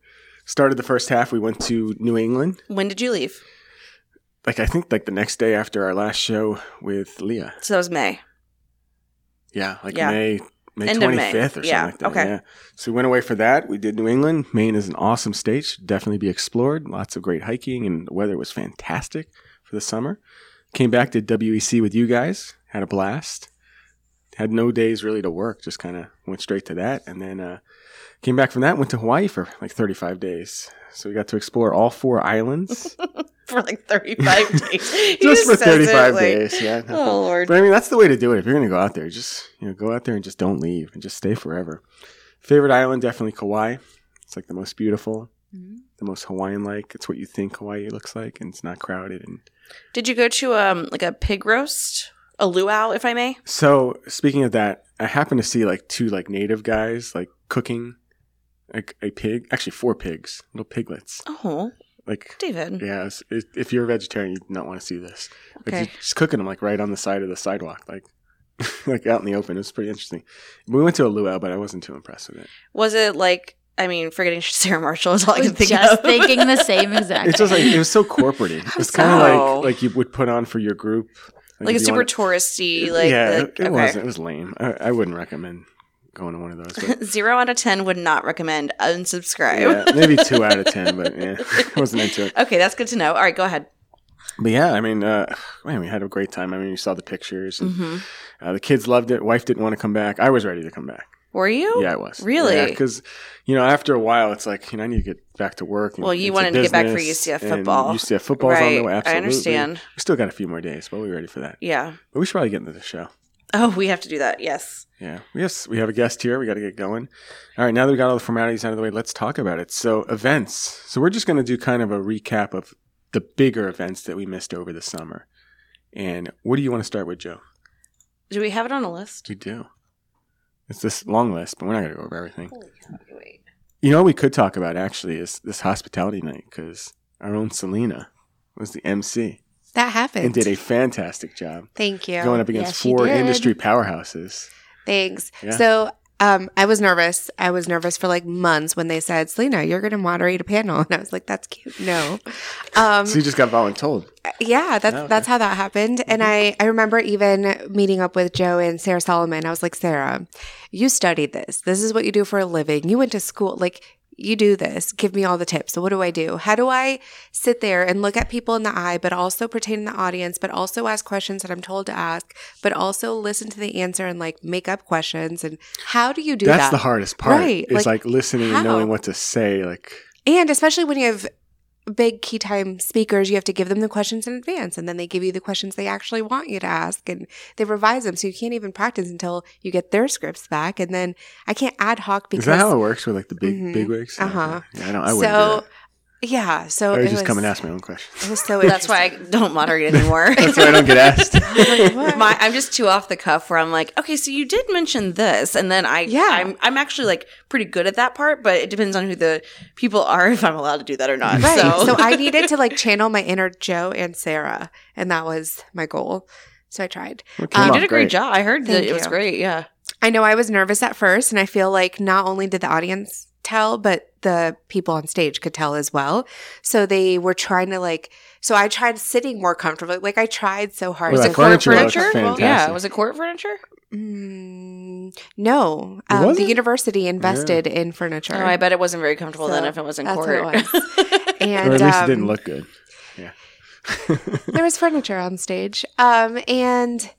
S6: Started the first half. We went to New England.
S2: When did you leave?
S6: Like I think, like the next day after our last show with Leah.
S2: So that was May.
S6: Yeah, like
S2: Yeah.
S6: May May
S2: End of
S6: twenty
S2: May.
S6: fifth or something
S2: Yeah,
S6: like that.
S2: okay.
S6: Yeah. So we went away for that. We did New England. Maine is an awesome state. Should definitely be explored. Lots of great hiking and the weather was fantastic for the summer. Came back to WEC with you guys. Had a blast. Had no days really to work. Just kind of went straight to that, and then uh, came back from that. Went to Hawaii for like thirty five days. So we got to explore all four islands
S2: for like 35 days. He
S6: just for
S2: says it,
S6: thirty five
S2: like,
S6: days. Yeah.
S2: Oh Lord.
S6: But I mean, that's the way to do it. If you're going to go out there, just you know, go out there and just don't leave and just stay forever. Favorite island, definitely Kauai. It's like the most beautiful, the most Hawaiian-like. It's what you think Hawaii looks like, and it's not crowded. And
S2: Did you go to um like a pig roast? A luau, if I may.
S6: so, speaking of that, I happened to see like two like native guys like cooking like a pig, actually four pigs, little piglets.
S2: Oh,
S6: Like,
S2: David.
S6: yeah, it's- it- if you're a vegetarian, you do not want to see this. Like,
S2: Okay.
S6: you're just cooking them like right on the side of the sidewalk, like. like out in the open, it was pretty interesting. We went to a luau, but I wasn't too impressed with it.
S2: Was it like? I mean, forgetting Sarah Marshall is all I
S4: was
S2: can think
S4: just
S2: of.
S4: thinking the same exact.
S6: It's just like it was so corporate. It was kind
S2: sorry.
S6: of like like you would put on for your group,
S2: like
S6: if
S2: a
S6: you
S2: super
S6: wanted-
S2: touristy. Like
S6: yeah,
S2: the-
S6: it, it
S2: okay.
S6: was. It was lame. I, I wouldn't recommend going to one of those. But
S2: Zero out of ten would not recommend. Unsubscribe.
S6: yeah, maybe two out of ten, but yeah, I wasn't into it.
S2: Okay, that's good to know. All right, go ahead.
S6: But yeah, I mean, uh, man, we had a great time. I mean, you saw the pictures. And,
S2: hmm
S6: uh, the kids loved it. Wife didn't want to come back. I was ready to come back.
S2: Were you?
S6: Yeah, I was
S2: Really?
S6: because you know after a while it's like you know I need to get back to work. and
S2: Well, you
S6: into
S2: wanted to get back for
S6: business,
S2: UCF
S6: and
S2: football.
S6: UCF football's on
S2: Right.
S6: the way. Absolutely.
S2: I understand.
S6: We still got a few more days, but we're ready for that.
S2: Yeah.
S6: But we should probably get into the show.
S2: Oh, we have to do that. Yes.
S6: Yeah. Yes, we have a guest here. We got to get going. All right. Now that we got all the formalities out of the way, let's talk about it. So, events. So, we're just going to do kind of a recap of the bigger events that we missed over the summer. And what do you want to start with, Joe?
S2: Do we have it on a list?
S6: We do. It's this long list, but we're not going to go over everything.
S2: Holy cow, wait.
S6: You know, what we could talk about actually is this hospitality night because our own Selena was the MC
S3: That happened.
S6: and did a fantastic job
S3: Thank you.
S6: going up against
S4: Yes, she
S6: four
S4: did.
S6: industry powerhouses.
S3: Thanks.
S6: Yeah.
S3: So um, I was nervous. I was nervous for like months when they said, Selena, you're going to moderate a panel. And I was like, that's cute. No. Um,
S6: So you just got voluntold.
S3: yeah, that's,
S6: Oh, okay. Mm-hmm.
S3: that's how that happened. And I, I remember even meeting up with Joe and Sarah Solomon. I was like, Sarah, you studied this. This is what you do for a living. You went to school. Like, you do this. Give me all the tips. So what do I do? How do I sit there and look at people in the eye, but also pertain to the audience, but also ask questions that I'm told to ask, but also listen to the answer and like make up questions? And how do you do
S6: That's
S3: that?
S6: the hardest part.
S3: Right, like,
S6: Is like, listening and knowing
S3: how?
S6: what to say. Like
S3: And especially when you have big key time speakers, you have to give them the questions in advance and then they give you the questions they actually want you to ask and they revise them. So you can't even practice until you get their scripts back. And then I can't ad hoc because.
S6: is that how it works with like the big
S3: Mhm.
S6: big wigs?
S3: Uh-huh.
S6: Yeah, I don't I wouldn't
S3: so,
S6: do
S3: yeah. So
S6: that. I
S3: it
S6: would just
S3: was,
S6: come and ask my own questions.
S3: It was so
S2: That's why I don't moderate anymore.
S6: That's why I don't get asked.
S3: Um, what?
S2: My, I'm just too off the cuff where I'm like, okay, so you did mention this, and then I,
S3: Yeah.
S2: I'm, I'm actually like pretty good at that part, but it depends on who the people are if I'm allowed to do that or not.
S3: Right.
S2: So,
S3: So. I needed to like channel my inner Joe and Sarah, and that was my goal. So I tried.
S6: Well, it
S3: Um,
S6: came
S2: you
S6: out
S2: did a great, job. I heard that
S3: Thank
S2: it was
S3: you.
S2: great. Yeah.
S3: I know I was nervous at first, and I feel like not only did the audience tell, but the people on stage could tell as well. So they were trying to like. So I tried sitting more comfortably. Like I tried so hard.
S6: Well,
S3: to
S6: that furniture looks fantastic.
S2: Yeah. Was it court furniture?
S3: Mm, no,
S6: It
S3: um, the
S6: wasn't?
S3: university invested in furniture.
S2: Oh, I bet it wasn't very comfortable then
S3: So,
S2: if it wasn't
S3: that's what
S2: court.
S3: it And
S6: or at least it
S3: um,
S6: didn't look good. Yeah.
S3: there was furniture on stage um and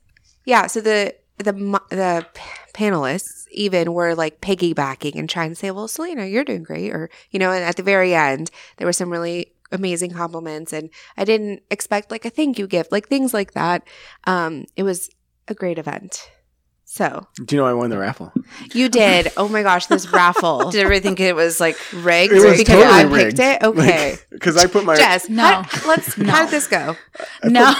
S3: yeah so the the mo- the p- panelists even were like piggybacking and trying to say well selena you're doing great or you know and at the very end there was some really amazing compliments and I didn't expect like a thank you gift, like things like that. Um, it was a great event. So
S6: Do you know I won the raffle?
S3: you did. Oh my gosh, this raffle.
S2: Did everybody think it was like
S3: rigged
S6: It was
S3: because
S6: totally
S3: I
S6: rigged.
S3: picked it? Okay.
S6: Because I put my
S3: Jess,
S4: No.
S3: how- let's
S4: No.
S3: how did this go?
S4: No,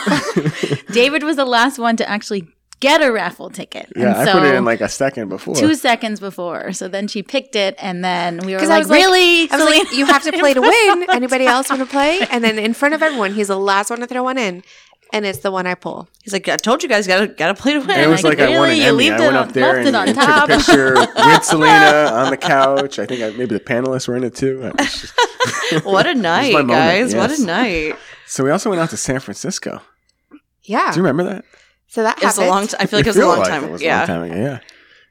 S4: David was the last one to actually get a raffle ticket.
S6: yeah, I put it in like a second before.
S4: two seconds before. So then she picked it, and then we were
S3: 'Cause
S4: like,
S3: I was like-
S4: "Really,
S3: I was
S4: Selena?
S3: like, you have to play to win. Anybody else want to play? And then in front of everyone, he's the last one to throw one in, and it's the one I pull.
S2: He's like, I told you guys, gotta gotta play to
S6: And it
S2: win.
S6: was like, I won an
S4: really? You
S6: Emmy.
S4: leaved
S6: I
S4: it
S6: went
S4: on-
S6: up there
S4: left
S6: and,
S4: it on
S6: and took a
S4: top.
S6: picture with Selena on the couch. I think I, maybe the panelists were in it too. I was just-
S2: what a night,
S6: moment,
S2: guys! What
S6: yes.
S2: a night!
S6: so we also went out to San Francisco.
S3: Yeah.
S6: Do you remember that?
S3: So that
S2: It was
S3: happened.
S2: a long. T- I feel like it was a
S6: feel
S2: long
S6: like
S2: time.
S6: It was
S2: yeah.
S6: a long time ago. Yeah.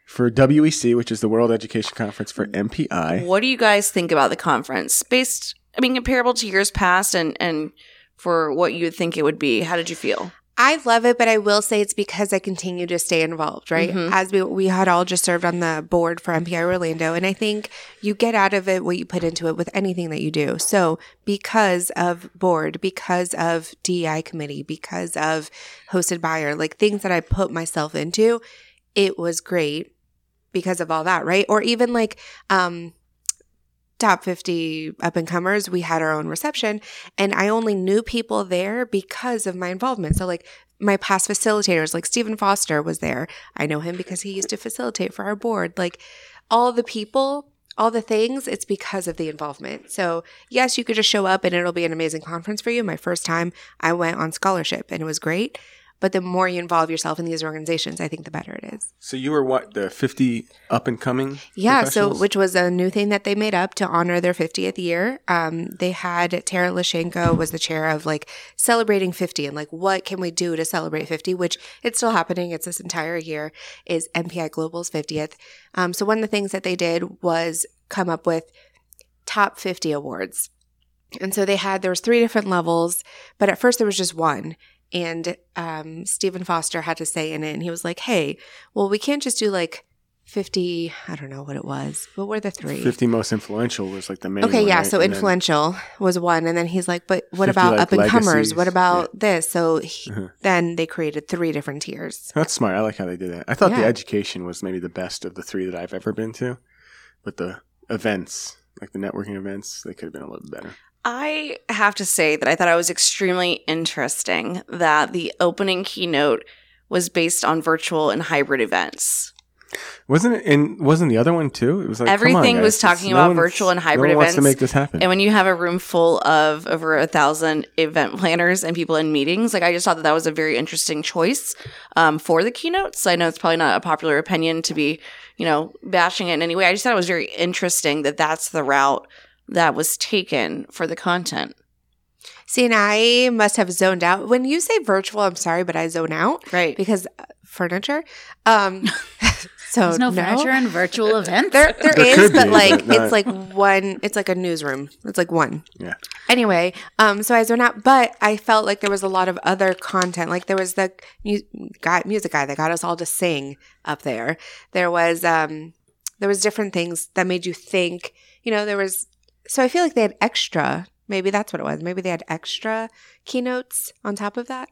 S6: For WEC, which is the World Education Conference for MPI,
S2: What do you guys think about the conference? Based, I mean, comparable to years past, and and for what you would think it would be. How did you feel?
S3: I love it, but I will say it's because I continue to stay involved, right?
S2: Mhm.
S3: As we, we had all just served on the board for MPI Orlando, and I think you get out of it what you put into it with anything that you do. So, because of board, because of DEI committee, because of hosted buyer, like things that I put myself into, it was great because of all that, right? Or even like, um, top 50 up and comers, we had our own reception and I only knew people there because of my involvement. So like my past facilitators, like Stephen Foster was there. I know him because he used to facilitate for our board. Like all the people, all the things, it's because of the involvement. So yes, you could just show up and it'll be an amazing conference for you. My first time I went on scholarship and it was great. But the more you involve yourself in these organizations, I think the better it is.
S6: so you were what the fifty up and coming?
S3: Yeah, so
S6: professionals?
S3: which was a new thing that they made up to honor their 50th year. Um, they had Tara Lashenko was the chair of like celebrating 50 and like what can we do to celebrate 50, which it's still happening. It's this entire year is MPI Global's 50th. Um, so one of the things that they did was come up with top 50 awards. And so they had there was three different levels, but at first there was just one. And um, Stephen Foster had to say in it, and he was like, "Hey, well, we can't just do like 50. I don't know what it was. What were the three?
S6: fifty most influential was like the main.
S3: Okay,
S6: one,
S3: yeah.
S6: right?
S3: So
S6: And then-
S3: influential was one, and then he's like, "But what
S6: 50,
S3: about
S6: like,
S3: up and comers?
S6: legacies?
S3: What about this?" So he,
S6: Uh-huh.
S3: then they created three different tiers.
S6: That's smart. I like how they did that. I thought the
S3: Yeah.
S6: education was maybe the best of the three that I've ever been to, but the events, like the networking events, they could have been a little bit better.
S2: I have to say that I thought it was extremely interesting that the opening keynote was based on virtual and hybrid events.
S6: Wasn't it? And wasn't the other one too? It was like come on,
S2: Everything was
S6: guys,
S2: talking
S6: it's-
S2: about
S6: one-
S2: virtual and hybrid
S6: no one Wants to
S2: events,
S6: make this happen.
S2: And when you have a room full of over a thousand event planners and people in meetings, like I just thought that that was a very interesting choice um, for the keynotes. I know it's probably not a popular opinion to be, you know, bashing it in any way. I just thought it was very interesting that that's the route that was taken for the content.
S3: See, and I must have zoned out. When you say virtual, I'm sorry, but I zone out
S2: Right.
S3: because uh, furniture. Um, so
S4: There's no, furniture and virtual events.
S3: There, there
S6: There
S3: is,
S6: could
S3: but
S6: be,
S3: like
S6: but not-
S3: it's like one. It's like a newsroom. It's like one.
S6: Yeah.
S3: Anyway, um, so I zoned out, but I felt like there was a lot of other content. Like there was the mu- guy, music guy that got us all to sing up there. There was, um, there was different things that made you think. You know, there was. So I feel like they had extra. Maybe that's what it was. Maybe they had extra keynotes on top of that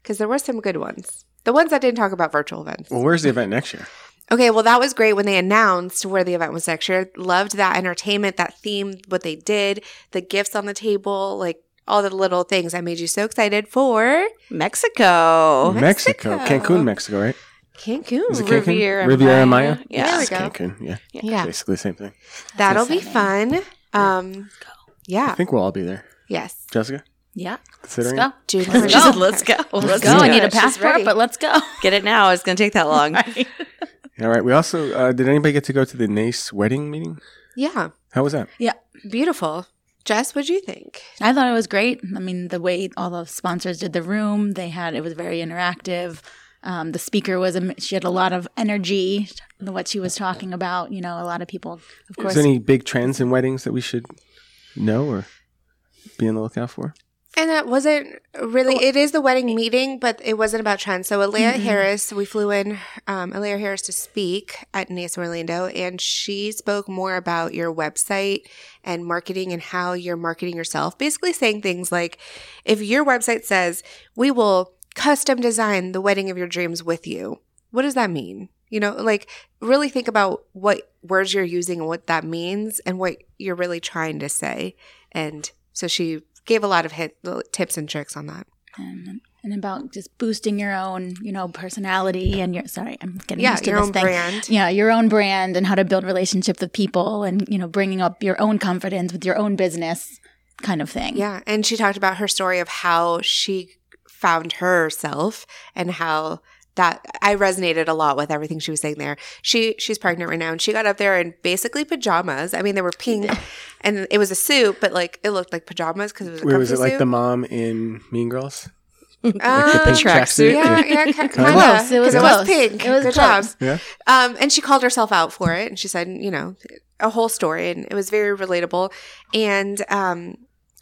S3: because there were some good ones. The ones that didn't talk about virtual events.
S6: well, where's the event next year?
S3: Okay, well, that was great when they announced where the event was next year. Loved that entertainment, that theme, what they did, the gifts on the table, like all the little things that made you so excited for
S2: Oh, Mexico.
S6: Mexico.
S3: Mexico.
S6: Cancun, Mexico, right? Is it
S3: Cancun.
S6: Cancun?
S2: Riviera
S6: Riviera
S2: Maya.
S6: Maya.
S2: Yeah. There we Uh,
S6: It's
S3: go.
S6: Cancun. Yeah.
S3: Yeah,
S6: Basically the same thing.
S3: that'll be
S4: Exciting.
S3: fun. Um,
S6: I
S3: yeah,
S6: think we'll all be there.
S3: yes.
S6: Jessica,
S4: yeah, let's
S6: considering.
S4: go.
S3: June Oh,
S4: Let's
S2: She
S4: go.
S2: said, let's go.
S4: Let's
S2: Let's
S4: go.
S2: do
S4: I
S2: it.
S4: need a
S3: She's
S4: passport,
S3: ready.
S4: but let's go.
S2: Get it now. It's going to take that long.
S6: it? All right. We also uh, did anybody get to go to the NACE wedding meeting?
S3: Yeah,
S6: How was that?
S3: beautiful. Jess, what'd you think?
S4: I thought it was great. I mean, the way all the sponsors did the room, they had it was very interactive. Um, the speaker was am- she had a lot of energy. What she was talking about, you know, a lot of people, of
S6: Is
S4: course,
S6: there any big trends in weddings that we should know or be on the lookout for?
S3: And that wasn't really,
S2: Oh.
S3: it is the wedding meeting, but it wasn't about trends. So, Alea Harris, we flew in um, Alea Harris to speak at NACE Orlando, and she spoke more about your website and marketing and how you're marketing yourself. Basically, saying things like if your website says, we will custom design the wedding of your dreams with you, what does that mean? You know, like really think about what words you're using and what that means and what you're really trying to say. And so she gave a lot of hit, tips and tricks on that.
S4: and, and about just boosting your own, you know, personality and your sorry, I'm getting
S3: yeah,
S4: used to
S3: your
S4: this
S3: own
S4: thing.
S3: brand.
S4: Yeah, your own brand and how to build relationship with people and, you know, bringing up your own confidence with your own business kind of thing.
S3: Yeah. And she talked about her story of how she found herself and how that I resonated a lot with everything she was saying there. She she's pregnant right now and she got up there in basically pajamas. I mean they were pink and it was a suit, but like it looked like pajamas because it was a
S6: Where was it
S3: comfy
S6: like the
S3: suit.
S6: mom in Mean Girls?
S3: um,
S6: the pink tracksuit?
S3: Yeah, yeah, kind of.
S4: Close. It was
S3: it was
S4: close.
S3: pink.
S4: It was
S3: Good job.
S4: close.
S6: Yeah.
S3: Um, and she called herself out for it, and she said, you know, a whole story, and it was very relatable. And um,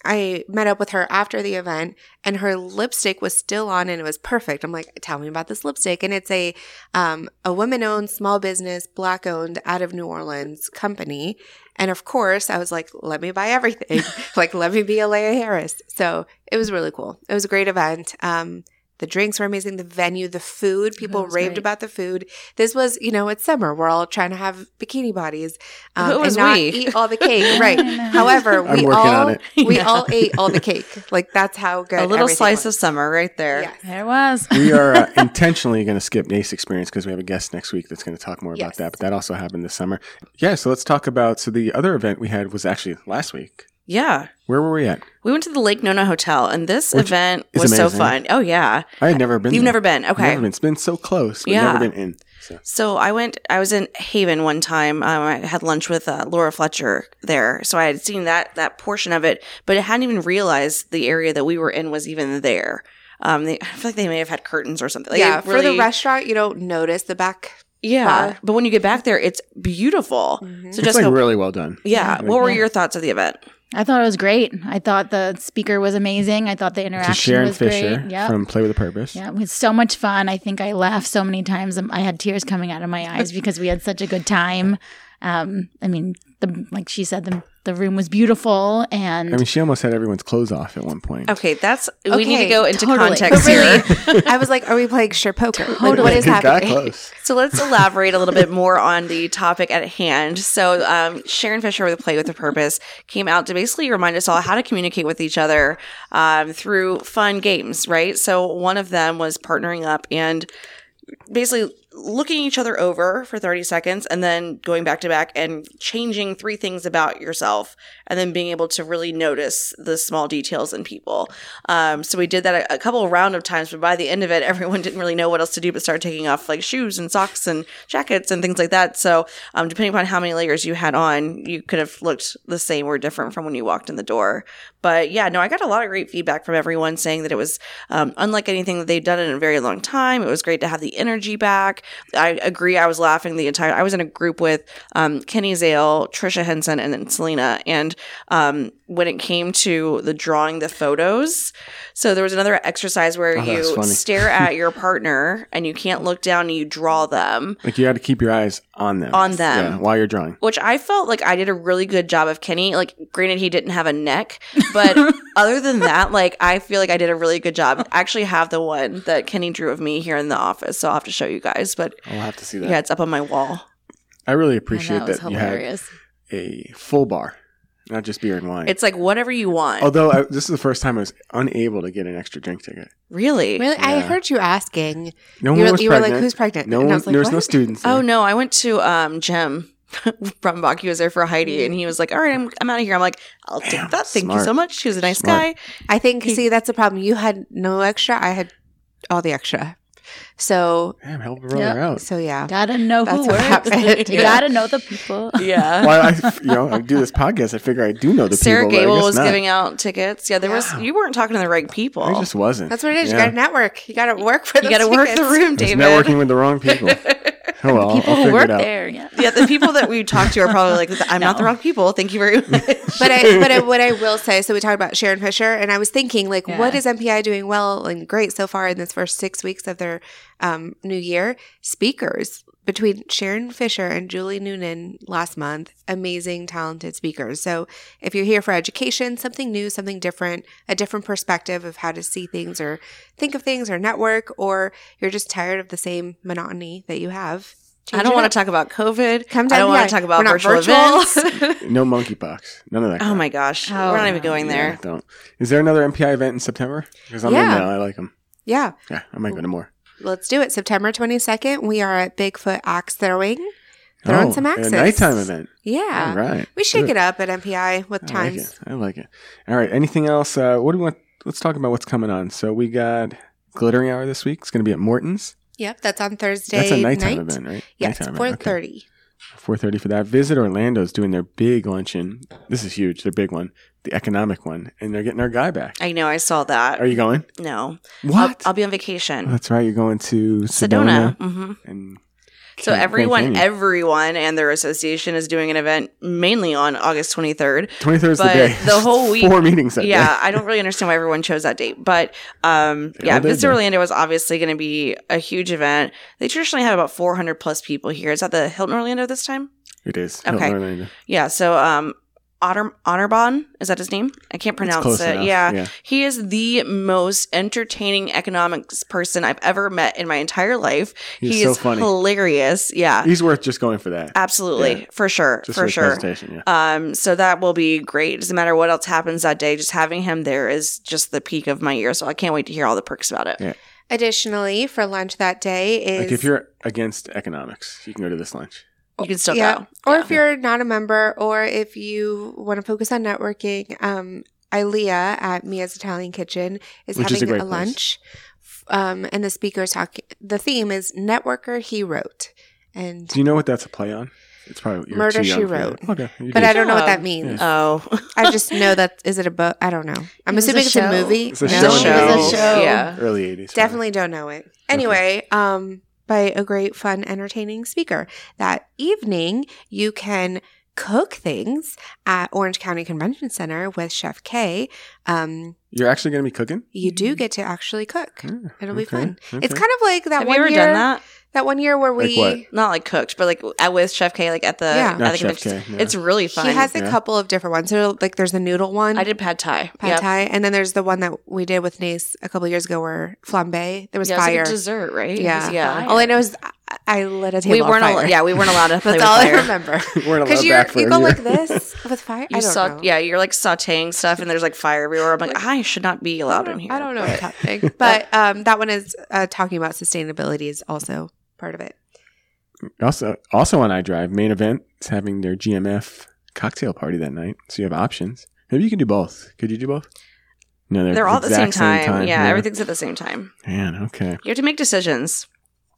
S3: I met up with her after the event, and her lipstick was still on, and it was perfect. I'm like, tell me about this lipstick, and it's a um, a woman owned small business, black owned, out of New Orleans company. And of course, I was like, let me buy everything. like, let me be Alea Harris. So it was really cool. It was a great event. Um, the drinks were amazing. The venue, the food, people
S4: That was
S3: raved
S4: great.
S3: about the food. This was, you know, it's summer. We're all trying to have bikini bodies um,
S2: Who was
S3: and not
S2: we?
S3: eat all the cake.
S4: I
S3: right.
S4: know.
S3: However,
S6: I'm
S3: we
S6: working
S3: all
S6: on it.
S3: we
S4: Yeah.
S3: all ate all the cake. Like that's how good
S2: a little
S3: everything
S2: slice of
S3: was.
S2: summer right there.
S3: Yes.
S4: There it was.
S6: We are uh, intentionally going to skip NACE experience because we have a guest next week that's going to talk more about
S3: Yes.
S6: that. But that also happened this summer. Yeah. So let's talk about. So the other event we had was actually last week.
S2: Yeah.
S6: Where were we at?
S2: We went to the Lake Nona Hotel, and this
S6: Which
S2: event
S6: is
S2: was so
S6: amazing.
S2: fun. Oh yeah,
S6: I had never been.
S2: you've
S6: there.
S2: never been. Okay,
S6: Never been. It's been so close. But
S2: Yeah.
S6: Never been in. So
S2: So I went. I was in Haven one time. Um, I had lunch with uh, Laura Fletcher there, so I had seen that that portion of it, but I hadn't even realized the area that we were in was even there. Um, they, I feel like they may have had curtains or something. Like,
S3: yeah,
S2: it
S3: for the
S2: really-
S3: restaurant, you don't notice the back
S2: Yeah,
S3: bar.
S2: but when you get back there, it's beautiful. So
S6: it's
S2: just
S6: like really well done.
S2: yeah.
S6: Yeah.
S2: What were
S4: Yeah.
S2: your thoughts of the event?
S4: I thought it was great. I thought the speaker was amazing. I thought the
S6: To
S4: interaction
S6: Sharon
S4: was
S6: Fisher
S4: great. Yep.
S6: from Play with a Purpose.
S4: yeah, it was so much fun. I think I laughed so many times. Um, I had tears coming out of my eyes because we had such a good time. Um, I mean, the, like she said, the, the room was beautiful, and
S6: I mean, she almost had everyone's clothes off at one point.
S2: Okay, that's we
S3: Okay,
S2: need to go into
S4: totally.
S2: context
S4: But
S2: here.
S4: really-
S3: I was like, are we playing sure poker? Like, what
S6: Like,
S3: is
S6: it got
S3: happening?
S6: close.
S2: So let's elaborate a little bit more on the topic at hand. So um, Sharon Fisher with Play with a Purpose came out to basically remind us all how to communicate with each other um, through fun games, right? So one of them was partnering up and basically looking each other over for 30 seconds and then going back to back and changing three things about yourself and then being able to really notice the small details in people um, so we did that a, a couple of round of times but by the end of it everyone didn't really know what else to do but start taking off like shoes and socks and jackets and things like that so um, depending upon how many layers you had on you could have looked the same or different from when you walked in the door but yeah no i got a lot of great feedback from everyone saying that it was um, unlike anything that they've done in a very long time. It was great to have the energy back. I agree. I was laughing the entire. I was in a group with um, Kenny Zale, Trisha Henson, and then Selena. And um, when it came to the drawing the photos, so there was another exercise where
S6: Oh, that was
S2: you
S6: funny.
S2: stare at your partner and you can't look down and you draw them.
S6: Like you had to keep your eyes on them.
S2: On them.
S6: Yeah, while you're drawing.
S2: Which I felt like I did a really good job of Kenny. Like, granted, he didn't have a neck, but other than that, like, I feel like I did a really good job. I actually have the one that Kenny drew of me here in the office, so I'll have to show you guys. But
S6: I'll have to see that.
S2: yeah, it's up on my wall.
S6: I really
S4: and
S6: appreciate
S4: that was
S6: that, you had
S4: hilarious.
S6: a full bar, not just beer and wine.
S2: It's uh, like whatever you want.
S6: Although I, this is Oh, the first time I was unable to get an extra drink ticket.
S2: really?
S3: Really? I
S6: Yeah.
S3: heard you asking.
S6: No
S3: you
S6: one
S3: were,
S6: was
S3: you were
S6: pregnant.
S3: like, who's pregnant?
S6: no
S3: And
S6: one.
S3: I was like,
S6: there was no
S3: what?
S6: students.
S2: Oh
S6: there.
S2: no, I went to um Jim Brumbach. He was there for Heidi, and he was like, "All right, I'm I'm out of here." I'm like, "I'll
S6: Damn,
S2: take that. Thank you
S6: smart.
S2: so much." He was a nice
S6: Smart.
S2: guy.
S3: I think, see, that's the problem. You had no extra. I had all the extra. So,
S6: Damn, help a brother
S4: Yeah.
S6: out.
S3: so yeah.
S4: Gotta know
S3: That's
S4: who
S3: what
S4: works.
S3: happened.
S4: you gotta know the people.
S2: Yeah.
S6: Well, I, f- you know, I do this podcast. I figure I do know the
S2: Sarah
S6: people.
S2: Gable
S6: but I guess
S2: was
S6: not.
S2: giving out tickets. Yeah, there was. You weren't talking to the right people.
S6: I just wasn't.
S3: That's what it is.
S6: Yeah.
S3: You got to network. You got to work for
S2: you got to work the room,
S6: I was
S2: David.
S6: networking with the wrong people. Oh well,
S4: people
S6: I'll
S4: who
S6: figure
S4: work
S6: it out.
S4: there. Yeah.
S2: Yeah, the people that we talked to are probably like, I'm not the wrong people. Thank you very much.
S3: but I, but I, what I will say, so we talked about Sharon Fisher, and I was thinking, like,
S4: Yeah.
S3: what is MPI doing well and great so far in this first six weeks of their um, new year? Speakers between Sharon Fisher and Julie Noonan last month, amazing, talented speakers. So if you're here for education, something new, something different, a different perspective of how to see things or think of things or network, or you're just tired of the same monotony that you have.
S2: I don't want to talk about COVID.
S3: Come
S2: I
S3: down
S2: don't want
S3: here.
S2: to talk about
S3: We're not
S2: virtual,
S3: virtual.
S2: events.
S6: No monkeypox. None of that.
S2: oh
S6: crap.
S2: my gosh,
S4: Oh,
S2: we're not
S4: no.
S2: even going
S6: Yeah,
S2: there.
S6: don't. Is there another MPI event in September? Because I'm
S3: Yeah.
S6: in now. I like them.
S3: Yeah.
S6: Yeah, I might go to more.
S3: Let's do it. September 22nd, we are at Bigfoot Axe Throwing. Throwing
S6: Oh,
S3: some axes.
S6: A nighttime event.
S3: Yeah.
S6: All right.
S3: We shake
S6: Good.
S3: it up at MPI with
S6: I like
S3: times.
S6: it. I like it. All right. Anything else? Uh, what do we want? Let's talk about what's coming on. So we got Glittering Hour this week. It's going to be at Morton's.
S3: Yep, that's on Thursday
S6: That's a nighttime
S3: night.
S6: event, right?
S3: Yes,
S6: Nighttime
S3: four
S6: event, okay.
S3: thirty.
S6: 4.30 for that visit orlando's doing their big luncheon this is huge their big one the economic one and they're getting our guy back
S2: I know. I saw that.
S6: are you going
S2: no, I'll-
S6: what
S2: I'll, be on vacation.
S6: Oh, that's right you're going to
S2: Sedona.
S6: sedona,
S2: hmm
S6: and
S2: So
S6: Grand- Grand
S2: everyone,
S6: Canyon.
S2: everyone, and their association is doing an event mainly on August 23rd.
S6: 23rd is the
S2: but
S6: day
S2: the whole week-
S6: four meetings that
S2: yeah,
S6: day.
S2: I don't really understand why everyone chose that date, but um,
S6: They all
S2: yeah,
S6: did
S2: Visit
S6: then.
S2: Orlando is obviously going to be a huge event. They traditionally have about 400 plus people here. Is that the Hilton Orlando this time?
S6: it is
S2: Okay.
S6: Hilton Orlando.
S2: Yeah. So, um, Otter Otterbon is that his name? I can't
S6: It's
S2: pronounce
S6: close
S2: it.
S6: enough.
S2: Yeah. He is the most entertaining economics person I've ever met in my entire life.
S6: He's
S2: he
S6: so
S2: is
S6: funny.
S2: hilarious. Yeah.
S6: he's worth just going for that
S2: Absolutely.
S6: Yeah.
S2: For sure.
S6: just
S2: Uh, for
S6: his
S2: sure.
S6: presentation yeah
S2: Um, so that will be great. Doesn't matter what else happens that day, just having him there is just the peak of my ear. So I can't wait to hear all the perks about it.
S6: Yeah.
S3: Additionally, for lunch that day is
S6: like if you're against economics you can go to this lunch
S2: You can still
S3: yeah,
S2: go.
S3: or
S2: Yeah.
S3: if you're not a member, or if you want to focus on networking, um, Ilea at Mia's Italian Kitchen is
S6: Which is a
S3: having
S6: great
S3: a,
S6: place.
S3: lunch, f- um, and the speakers talking. The theme is networker he wrote, and
S6: do you know what that's a play on it's probably you're
S3: Murder,
S6: too young
S3: She
S6: for that.
S3: Wrote.
S6: okay you
S3: but
S6: do.
S3: I don't know what
S2: job.
S3: that means.
S6: Yeah.
S2: Oh,
S3: I just know that is it a book? I don't know. I'm
S4: It was
S3: assuming
S4: a
S3: it's a
S4: show.
S3: movie.
S6: It's a
S3: No?
S6: show.
S4: It's a show.
S2: Yeah.
S6: early 80s right?
S3: Definitely don't know it. Anyway, um, by a great, fun, entertaining speaker. That evening, you can cook things at Orange County Convention Center with Chef K. Um,
S6: you're actually going to be cooking
S3: you
S2: Mm-hmm.
S3: do get to actually cook.
S6: Yeah,
S3: It'll be
S6: okay,
S3: fun.
S6: Mm, okay.
S3: It's kind of like that
S2: have you
S3: one
S2: ever
S3: year.
S2: done that?
S3: that one year where
S6: Like
S3: we
S6: what?
S2: Not like cooked, but like at- with Chef K, like at the.
S3: Yeah.
S2: at
S6: Not
S2: the
S6: Chef
S2: convention.
S6: K, yeah.
S2: It's really fun.
S3: he has a
S6: Yeah.
S3: couple of different ones. So like there's the noodle one.
S2: I did pad thai.
S3: Pad
S2: Yep.
S3: Thai, and then there's the one that we did with Nace a couple years ago, where flambe. There was
S2: Yeah, it's like
S3: fire.
S2: a dessert, right?
S3: Yeah.
S2: yeah.
S3: All I know is I, I lit a table.
S2: we
S3: on
S2: weren't.
S3: fire.
S2: Al- yeah, we weren't allowed to play with
S3: That's all
S2: fire.
S3: I remember.
S6: weren't allowed
S3: Because you
S6: back for
S3: you
S6: a
S3: go
S6: year.
S3: like this with fire.
S2: You
S3: I don't
S2: saw,
S3: know.
S2: yeah, you're like sautéing stuff, and there's like fire everywhere. I'm like, I should not be
S3: I
S2: allowed in
S3: don't,
S2: here.
S3: I don't know
S2: But-
S3: what's happening, but um, that one is uh, talking about sustainability is also part of it.
S6: Also, also on iDrive, main event is having their GMF cocktail party that night. So you have options. Maybe you can do both. Could you do both? No, they're,
S2: They're all at the same
S6: exact
S2: time. Yeah, everything's at the same time.
S6: Man, okay.
S2: You have to make decisions.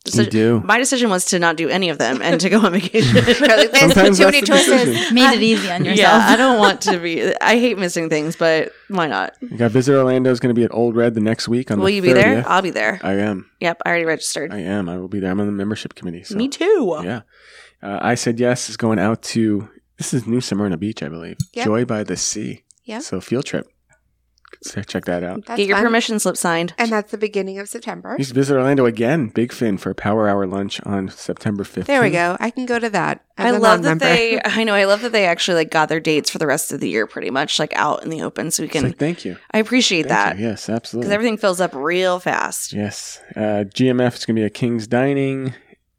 S6: We
S2: Deci-
S6: do.
S2: My decision was to not do any of them and to go on vacation.
S3: There's
S6: Sometimes
S3: too
S6: that's
S3: many
S6: the
S3: choices.
S6: decision.
S4: Made it easy on yourself.
S2: yeah, I don't want to be. I hate missing things, but why not?
S6: You got Visit Orlando is going to be at Old Red the next week. On
S2: Will
S6: the Uh,
S2: you be there?
S6: 30th.
S2: I'll be there.
S6: I am.
S2: Yep, I already registered.
S6: I am. I will be there. I'm on the membership committee. So.
S2: Me too.
S6: Yeah. Uh, I said yes is going out to, this is New Smyrna Beach, I believe.
S3: Yeah.
S6: Joy by the Sea.
S3: Yeah.
S6: So field trip. So Check that out.
S3: That's
S2: Get your
S3: fun.
S2: permission slip signed.
S3: And that's the beginning of September.
S6: You should visit Orlando again, Big Fin, for a power hour lunch on September 15th.
S3: There we go. I can go to that.
S2: I
S3: as a
S2: love that
S3: non-member.
S2: they. I know. I love that they actually like got their dates for the rest of the year, pretty much like out in the open, so we
S6: It's
S2: can.
S6: like, thank you.
S2: I appreciate that
S6: Thank you.
S2: because
S6: Yes, absolutely.
S2: everything fills up real fast.
S6: yes. Uh, GMF is going to be at King's Dining.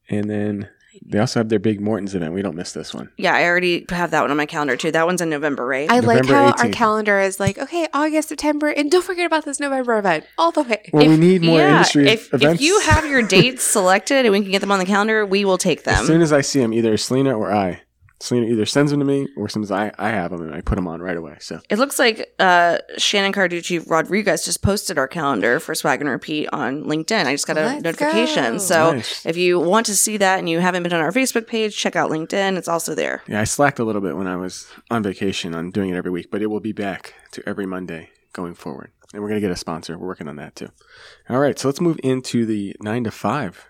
S6: And then they also have their big Morton's event. We don't miss this one.
S2: Yeah, I already have that one on my calendar too. That one's in November, right?
S3: I like
S6: November
S3: how our
S6: 18th.
S3: calendar is like, okay, August, September, and don't forget about this November event all the way.
S6: Well, we need more
S2: yeah,
S6: industry
S2: if, If
S6: events.
S2: you have your dates selected and we can get them on the calendar, we will take
S6: as soon
S2: them.
S6: as I see them, either Selena or I, Selena either sends them to me or sometimes I, I have them and I put them on right away. So
S2: It looks like uh, Shannon Carducci Rodriguez just posted our calendar for Swag and Repeat on LinkedIn. I just got a
S3: Let's
S2: notification.
S3: go.
S2: So
S6: Nice.
S2: if you want to see that and you haven't been on our Facebook page, check out LinkedIn. It's also there.
S6: yeah, I slacked a little bit when I was on vacation on doing it every week, but it will be back to every Monday going forward. And we're going to get a sponsor. We're working on that too. All right. So let's move into the nine to five.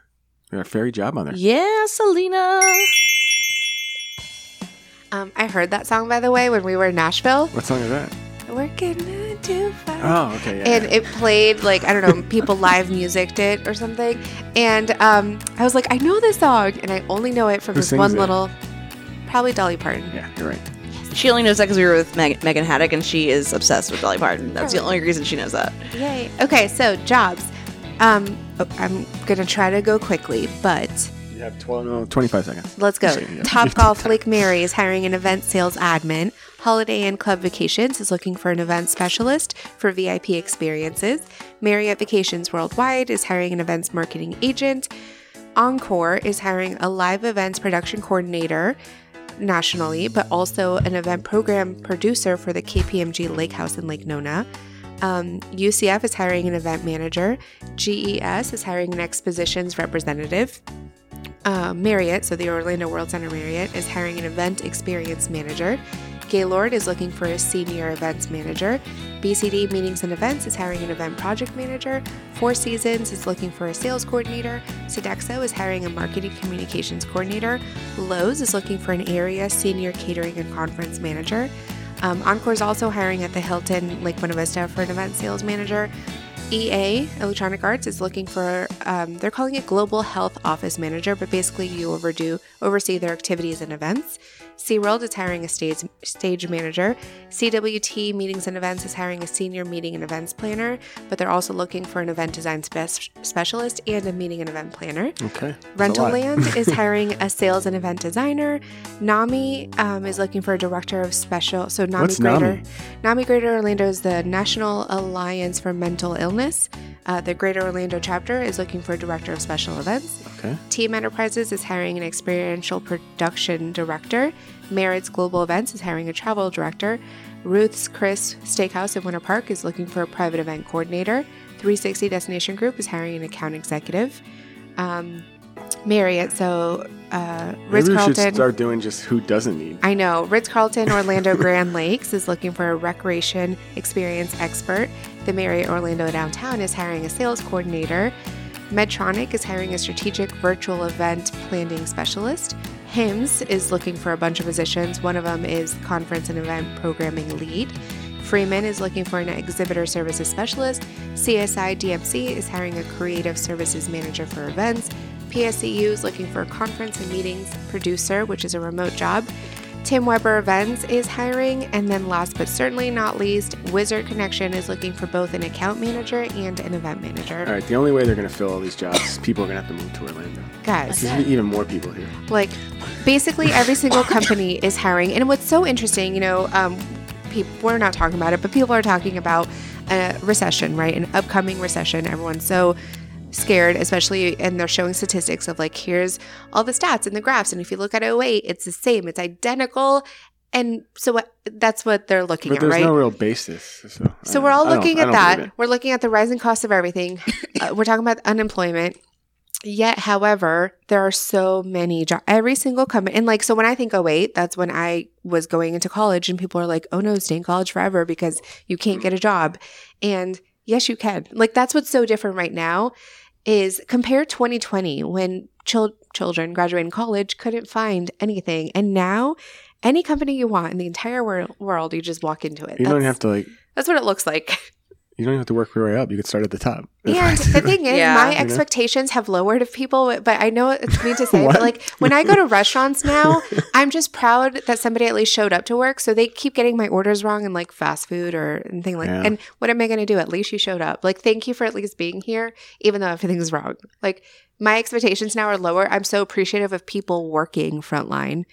S6: We got a fairy job on there.
S2: Yeah, Selena.
S3: Um, I heard that song by the way when we were in Nashville.
S6: What song is that?
S3: Working nine to five.
S6: Oh, okay. Yeah.
S3: and
S6: yeah.
S3: it played like I don't know, people live music did or something. And um, I was like, I know this song, and I only know it from
S6: Who
S3: this
S6: sings
S3: one
S6: it?
S3: little, probably Dolly Parton.
S6: yeah, you're right.
S2: She only knows that because we were with Meg- Megan Haddock and she is obsessed with Dolly Parton. That's the only reason she knows that.
S3: Yay! Okay, so jobs. Um, oh, I'm gonna try to go quickly, but
S6: You have 12, no, 25 seconds.
S3: let's go.
S6: Sure, yeah.
S3: Top Golf Lake Mary is hiring an event sales admin. Holiday Inn Club Vacations is looking for an event specialist for VIP experiences. Marriott Vacations Worldwide is hiring an events marketing agent. Encore is hiring a live events production coordinator nationally, but also an event program producer for the KPMG Lake House in Lake Nona. Um, UCF is hiring an event manager. GES is hiring an expositions representative. Uh, Marriott, so the Orlando World Center Marriott, is hiring an event experience manager. Gaylord is looking for a senior events manager. BCD Meetings and Events is hiring an event project manager. Four Seasons is looking for a sales coordinator. Sodexo is hiring a marketing communications coordinator. Lowe's is looking for an area senior catering and conference manager. Um, Encore is also hiring at the Hilton Lake Buena Vista for an event sales manager. EA E Electronic Arts is looking for um, they're calling it Global Health Office Manager, but basically you overdo oversee their activities and events. SeaWorld is hiring a stage stage manager. CWT Meetings and Events is hiring a senior meeting and events planner, but they're also looking for an event design spe- specialist and a meeting and event planner.
S6: Okay. That's a
S3: Rental
S6: lot.
S3: Land is hiring a sales and event designer. Nami um, is looking for a director of special. So Nami
S6: What's
S3: Greater.
S6: NAMI?
S3: Nami? Greater Orlando is the National Alliance for Mental Illness. Uh, the Greater Orlando chapter is looking for a director of special events.
S6: Okay.
S3: Team Enterprises is hiring an experiential production director. Merritt's Global Events is hiring a travel director. Ruth's Chris Steakhouse in Winter Park is looking for a private event coordinator. 360 Destination Group is hiring an account executive. Um, Marriott, so uh, Ritz
S6: Maybe we should
S3: Carlton.
S6: start doing just who doesn't need.
S3: I know. Ritz Carlton Orlando Grand Lakes is looking for a recreation experience expert. The Marriott Orlando Downtown is hiring a sales coordinator. Medtronic is hiring a strategic virtual event planning specialist. HIMS is looking for a bunch of positions. One of them is conference and event programming lead. Freeman is looking for an exhibitor services specialist. CSI DMC is hiring a creative services manager for events. PSCU is looking for a conference and meetings producer, which is a remote job. Tim Weber Events is hiring. And then, last but certainly not least, Wizard Connection is looking for both an account manager and an event manager.
S6: All right. The only way they're going to fill all these jobs is people are going to have to move to Orlando.
S3: Guys,
S6: There's gonna be even more people here.
S3: like basically every single company is hiring and what's so interesting you know um, people we're not talking about it but people are talking about a recession right an upcoming recession everyone's so scared especially and they're showing statistics of like here's all the stats and the graphs and if you look at 08 it's the same it's identical and so what that's what they're looking
S6: But
S3: at
S6: there's
S3: right
S6: no real basis. So, I
S3: so
S6: don't-
S3: we're all
S6: I don't-
S3: looking
S6: I
S3: at
S6: don't believe
S3: that.
S6: it.
S3: We're looking at the rising cost of everything. Uh, we're talking about unemployment. Yet, however, there are so many jobs. Every single company, and like, so when I think, oh wait, that's when I was going into college, and people are like, oh no, stay in college forever because you can't get a job. And yes, you can. Like, that's what's so different right now is compare 2020 when chil- children graduating college couldn't find anything, and now any company you want in the entire wor- world, you just walk into it.
S6: You don't
S3: That's-
S6: have to like.
S3: that's what it looks like.
S6: You don't have to work your way up. You could start at the top.
S3: And the thing is,
S2: Yeah.
S3: my
S2: You
S6: know?
S3: expectations have lowered of people, but I know it's mean to say,
S6: What?
S3: but like when I go to restaurants now, I'm just proud that somebody at least showed up to work. So they keep getting my orders wrong and like fast food or anything like.
S6: Yeah.
S3: And what am I going to do? At least you showed up. Like, thank you for at least being here, even though everything's wrong. Like my expectations now are lower. I'm so appreciative of people working frontline.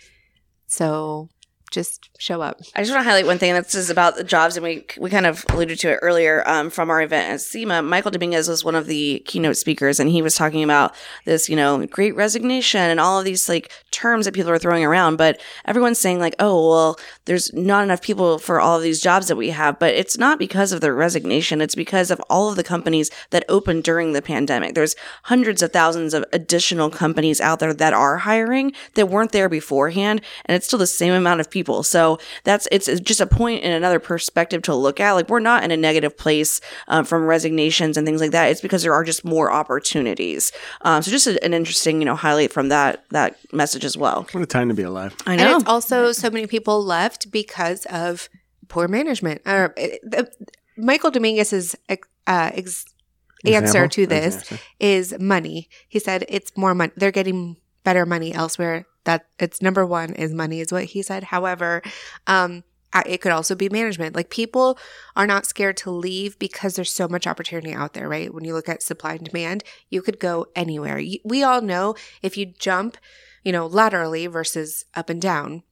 S3: So just show up.
S2: I just want to highlight one thing, and this is about the jobs, and we we kind of alluded to it earlier um, from our event at SEMA. Michael Dominguez was one of the keynote speakers, and he was talking about this, you know, great resignation and all of these like terms that people are throwing around, but everyone's saying like, "Oh, well, there's not enough people for all of these jobs that we have." But it's not because of the resignation; it's because of all of the companies that opened during the pandemic. There's hundreds of thousands of additional companies out there that are hiring that weren't there beforehand, and it's still the same amount of people. So that's it's it's just a point and another perspective to look at. Like we're not in a negative place um, from resignations and things like that. It's because there are just more opportunities. Um, so just a, an interesting you know highlight from that that message as well.
S6: What a time to be alive.
S2: I
S3: And
S2: know.
S3: it's also so many people left because of poor management. Uh, it- the- Michael Dominguez's uh, ex- answer
S6: Example?
S3: to this
S6: Answer.
S3: is money. He said it's more money. They're getting better money elsewhere. That it's number one is money is what he said. However, um, I- it could also be management. Like people are not scared to leave because there's so much opportunity out there, right? When you look at supply and demand, you could go anywhere. You, we all know if you jump, you know, laterally versus up and down,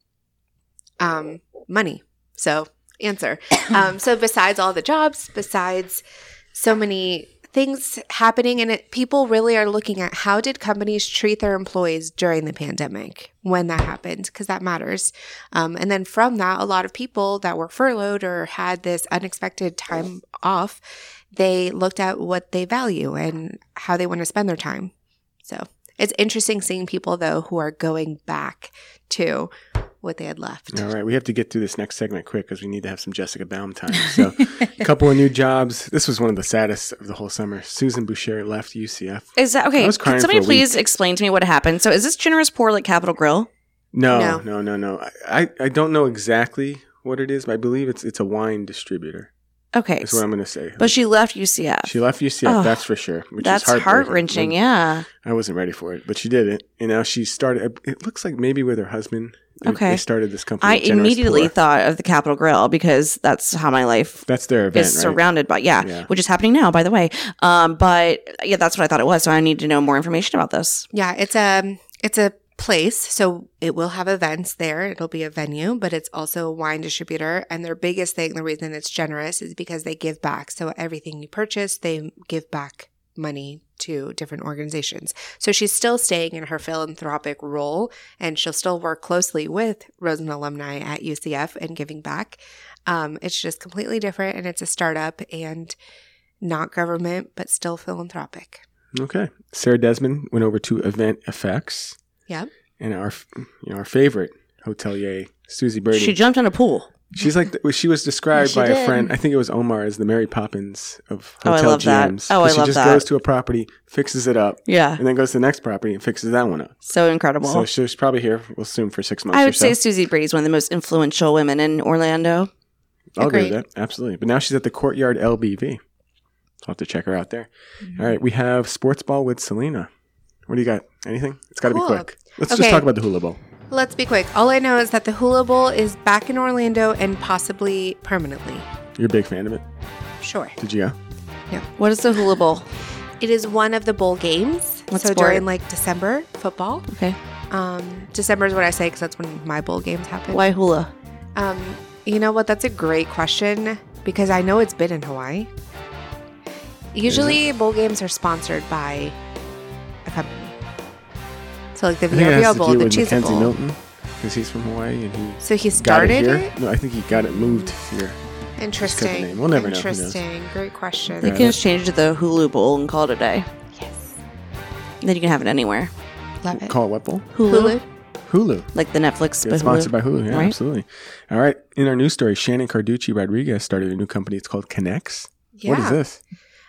S3: um, money. So answer. um, so besides all the jobs, besides so many things happening and it, people really are looking at how did companies treat their employees during the pandemic when that happened because that matters um, and then from that a lot of people that were furloughed or had this unexpected time off they looked at what they value and how they want to spend their time so it's interesting seeing people though who are going back to what they had left
S6: All right, we have to get through this next segment quick because we need to have some Jessica Baum time. So, a couple of new jobs. This was one of the saddest of the whole summer. Susan Boucher left UCF.
S2: Is that okay?
S6: I was crying
S2: Can somebody
S6: for a week.
S2: please explain to me what happened? So, is this generous poor like Capital Grill?
S6: No,
S3: No.
S6: no, no, no. I, I, I don't know exactly what it is, but I believe it's it's a wine distributor.
S2: Okay,
S6: That's what I'm going to say.
S2: but she left UCF.
S6: she left UCF,
S2: Oh,
S6: that's for sure. Which
S2: That's
S6: is heartbreaking.
S2: heart wrenching. Yeah.
S6: I wasn't ready for it, but she did it, and now she started. It looks like maybe with her husband. they- They
S2: Okay.
S6: started this company.
S2: I
S6: Generous
S2: immediately
S6: Poor.
S2: thought of the Capitol Grill because that's how my life
S6: that's their event,
S2: is
S6: right?
S2: surrounded by. Yeah,
S6: Yeah.
S2: which is happening now, by the way. Um, but yeah, that's what I thought it was. So I need to know more information about this.
S3: Yeah, it's a it's a place, so it will have events there. It'll be a venue, but it's also a wine distributor. And their biggest thing, the reason it's generous, is because they give back. So everything you purchase, they give back money to different organizations. So she's still staying in her philanthropic role, and she'll still work closely with Rosen alumni at UCF and giving back. Um, it's just completely different, and it's a startup and not government, but still philanthropic.
S6: Okay. Sarah Desmond went over to Event Effects.
S3: Yep.
S6: And our, you know, our favorite hotelier, Susie Birdie.
S2: She jumped in a pool.
S6: She's like the, she was described
S4: She
S6: by a
S4: did.
S6: friend. I think it was Omar as the Mary Poppins of
S2: Oh, I
S6: hotel
S2: love that.
S6: GMs.
S2: Oh, I
S6: she
S2: love
S6: just
S2: that.
S6: goes to a property, fixes it up,
S2: Yeah,
S6: and then goes to the next property and fixes that one up.
S2: so incredible.
S6: so she's probably here. We'll assume for six months.
S2: I
S6: or
S2: would
S6: so.
S2: say Susie Brady's one of the most influential women in Orlando.
S6: I'll agree
S3: Agreed.
S6: with that. Absolutely. But now she's at the Courtyard LBV. I'll have to check her out there.
S3: Mm-hmm.
S6: All right. We have sports ball with Selena. What do you got? Anything? It's got to
S3: Cool.
S6: be quick. Let's
S3: Okay.
S6: just talk about the hula bowl.
S3: Let's be quick. All I know is that the Hula Bowl is back in Orlando and possibly permanently.
S6: You're a big fan of it.
S3: Sure.
S6: Did you uh, go?
S2: What is the hula bowl?
S3: It is one of the bowl games.
S2: What
S3: so
S2: sport?
S3: during like December, football.
S2: Okay,
S3: Um, December is what I say because that's when my bowl games happen.
S2: why hula?
S3: Um, you know what? That's a great question because I know it's been in Hawaii. Usually, bowl games are sponsored by a company. So like the
S6: I think it has
S3: Villarreal
S6: to
S3: Bowl,
S6: do
S3: the
S6: with
S3: Cheez
S6: Mackenzie
S3: Bowl.
S6: Milton because he's from Hawaii and he
S3: So he
S6: got
S3: started
S6: it here.
S3: it?
S6: No, I think he got it moved here.
S3: Interesting.
S6: name. We'll never know. Who knows?
S3: Interesting. Great question.
S2: They
S6: Yeah,
S2: can
S6: that's-
S2: just change it to the Hulu Bowl and call it a day.
S3: Yes.
S2: Then you can have it anywhere.
S3: Love it.
S6: Call it what bowl?
S2: Hulu,
S6: Hulu.
S2: like the Netflix,
S6: It's
S2: but
S6: sponsored
S2: Hulu.
S6: by Hulu. Yeah,
S2: Right.
S6: absolutely. All right. In our news story, Shannon Carducci Rodriguez started a new company. It's called Connects.
S3: Yeah.
S6: What is this?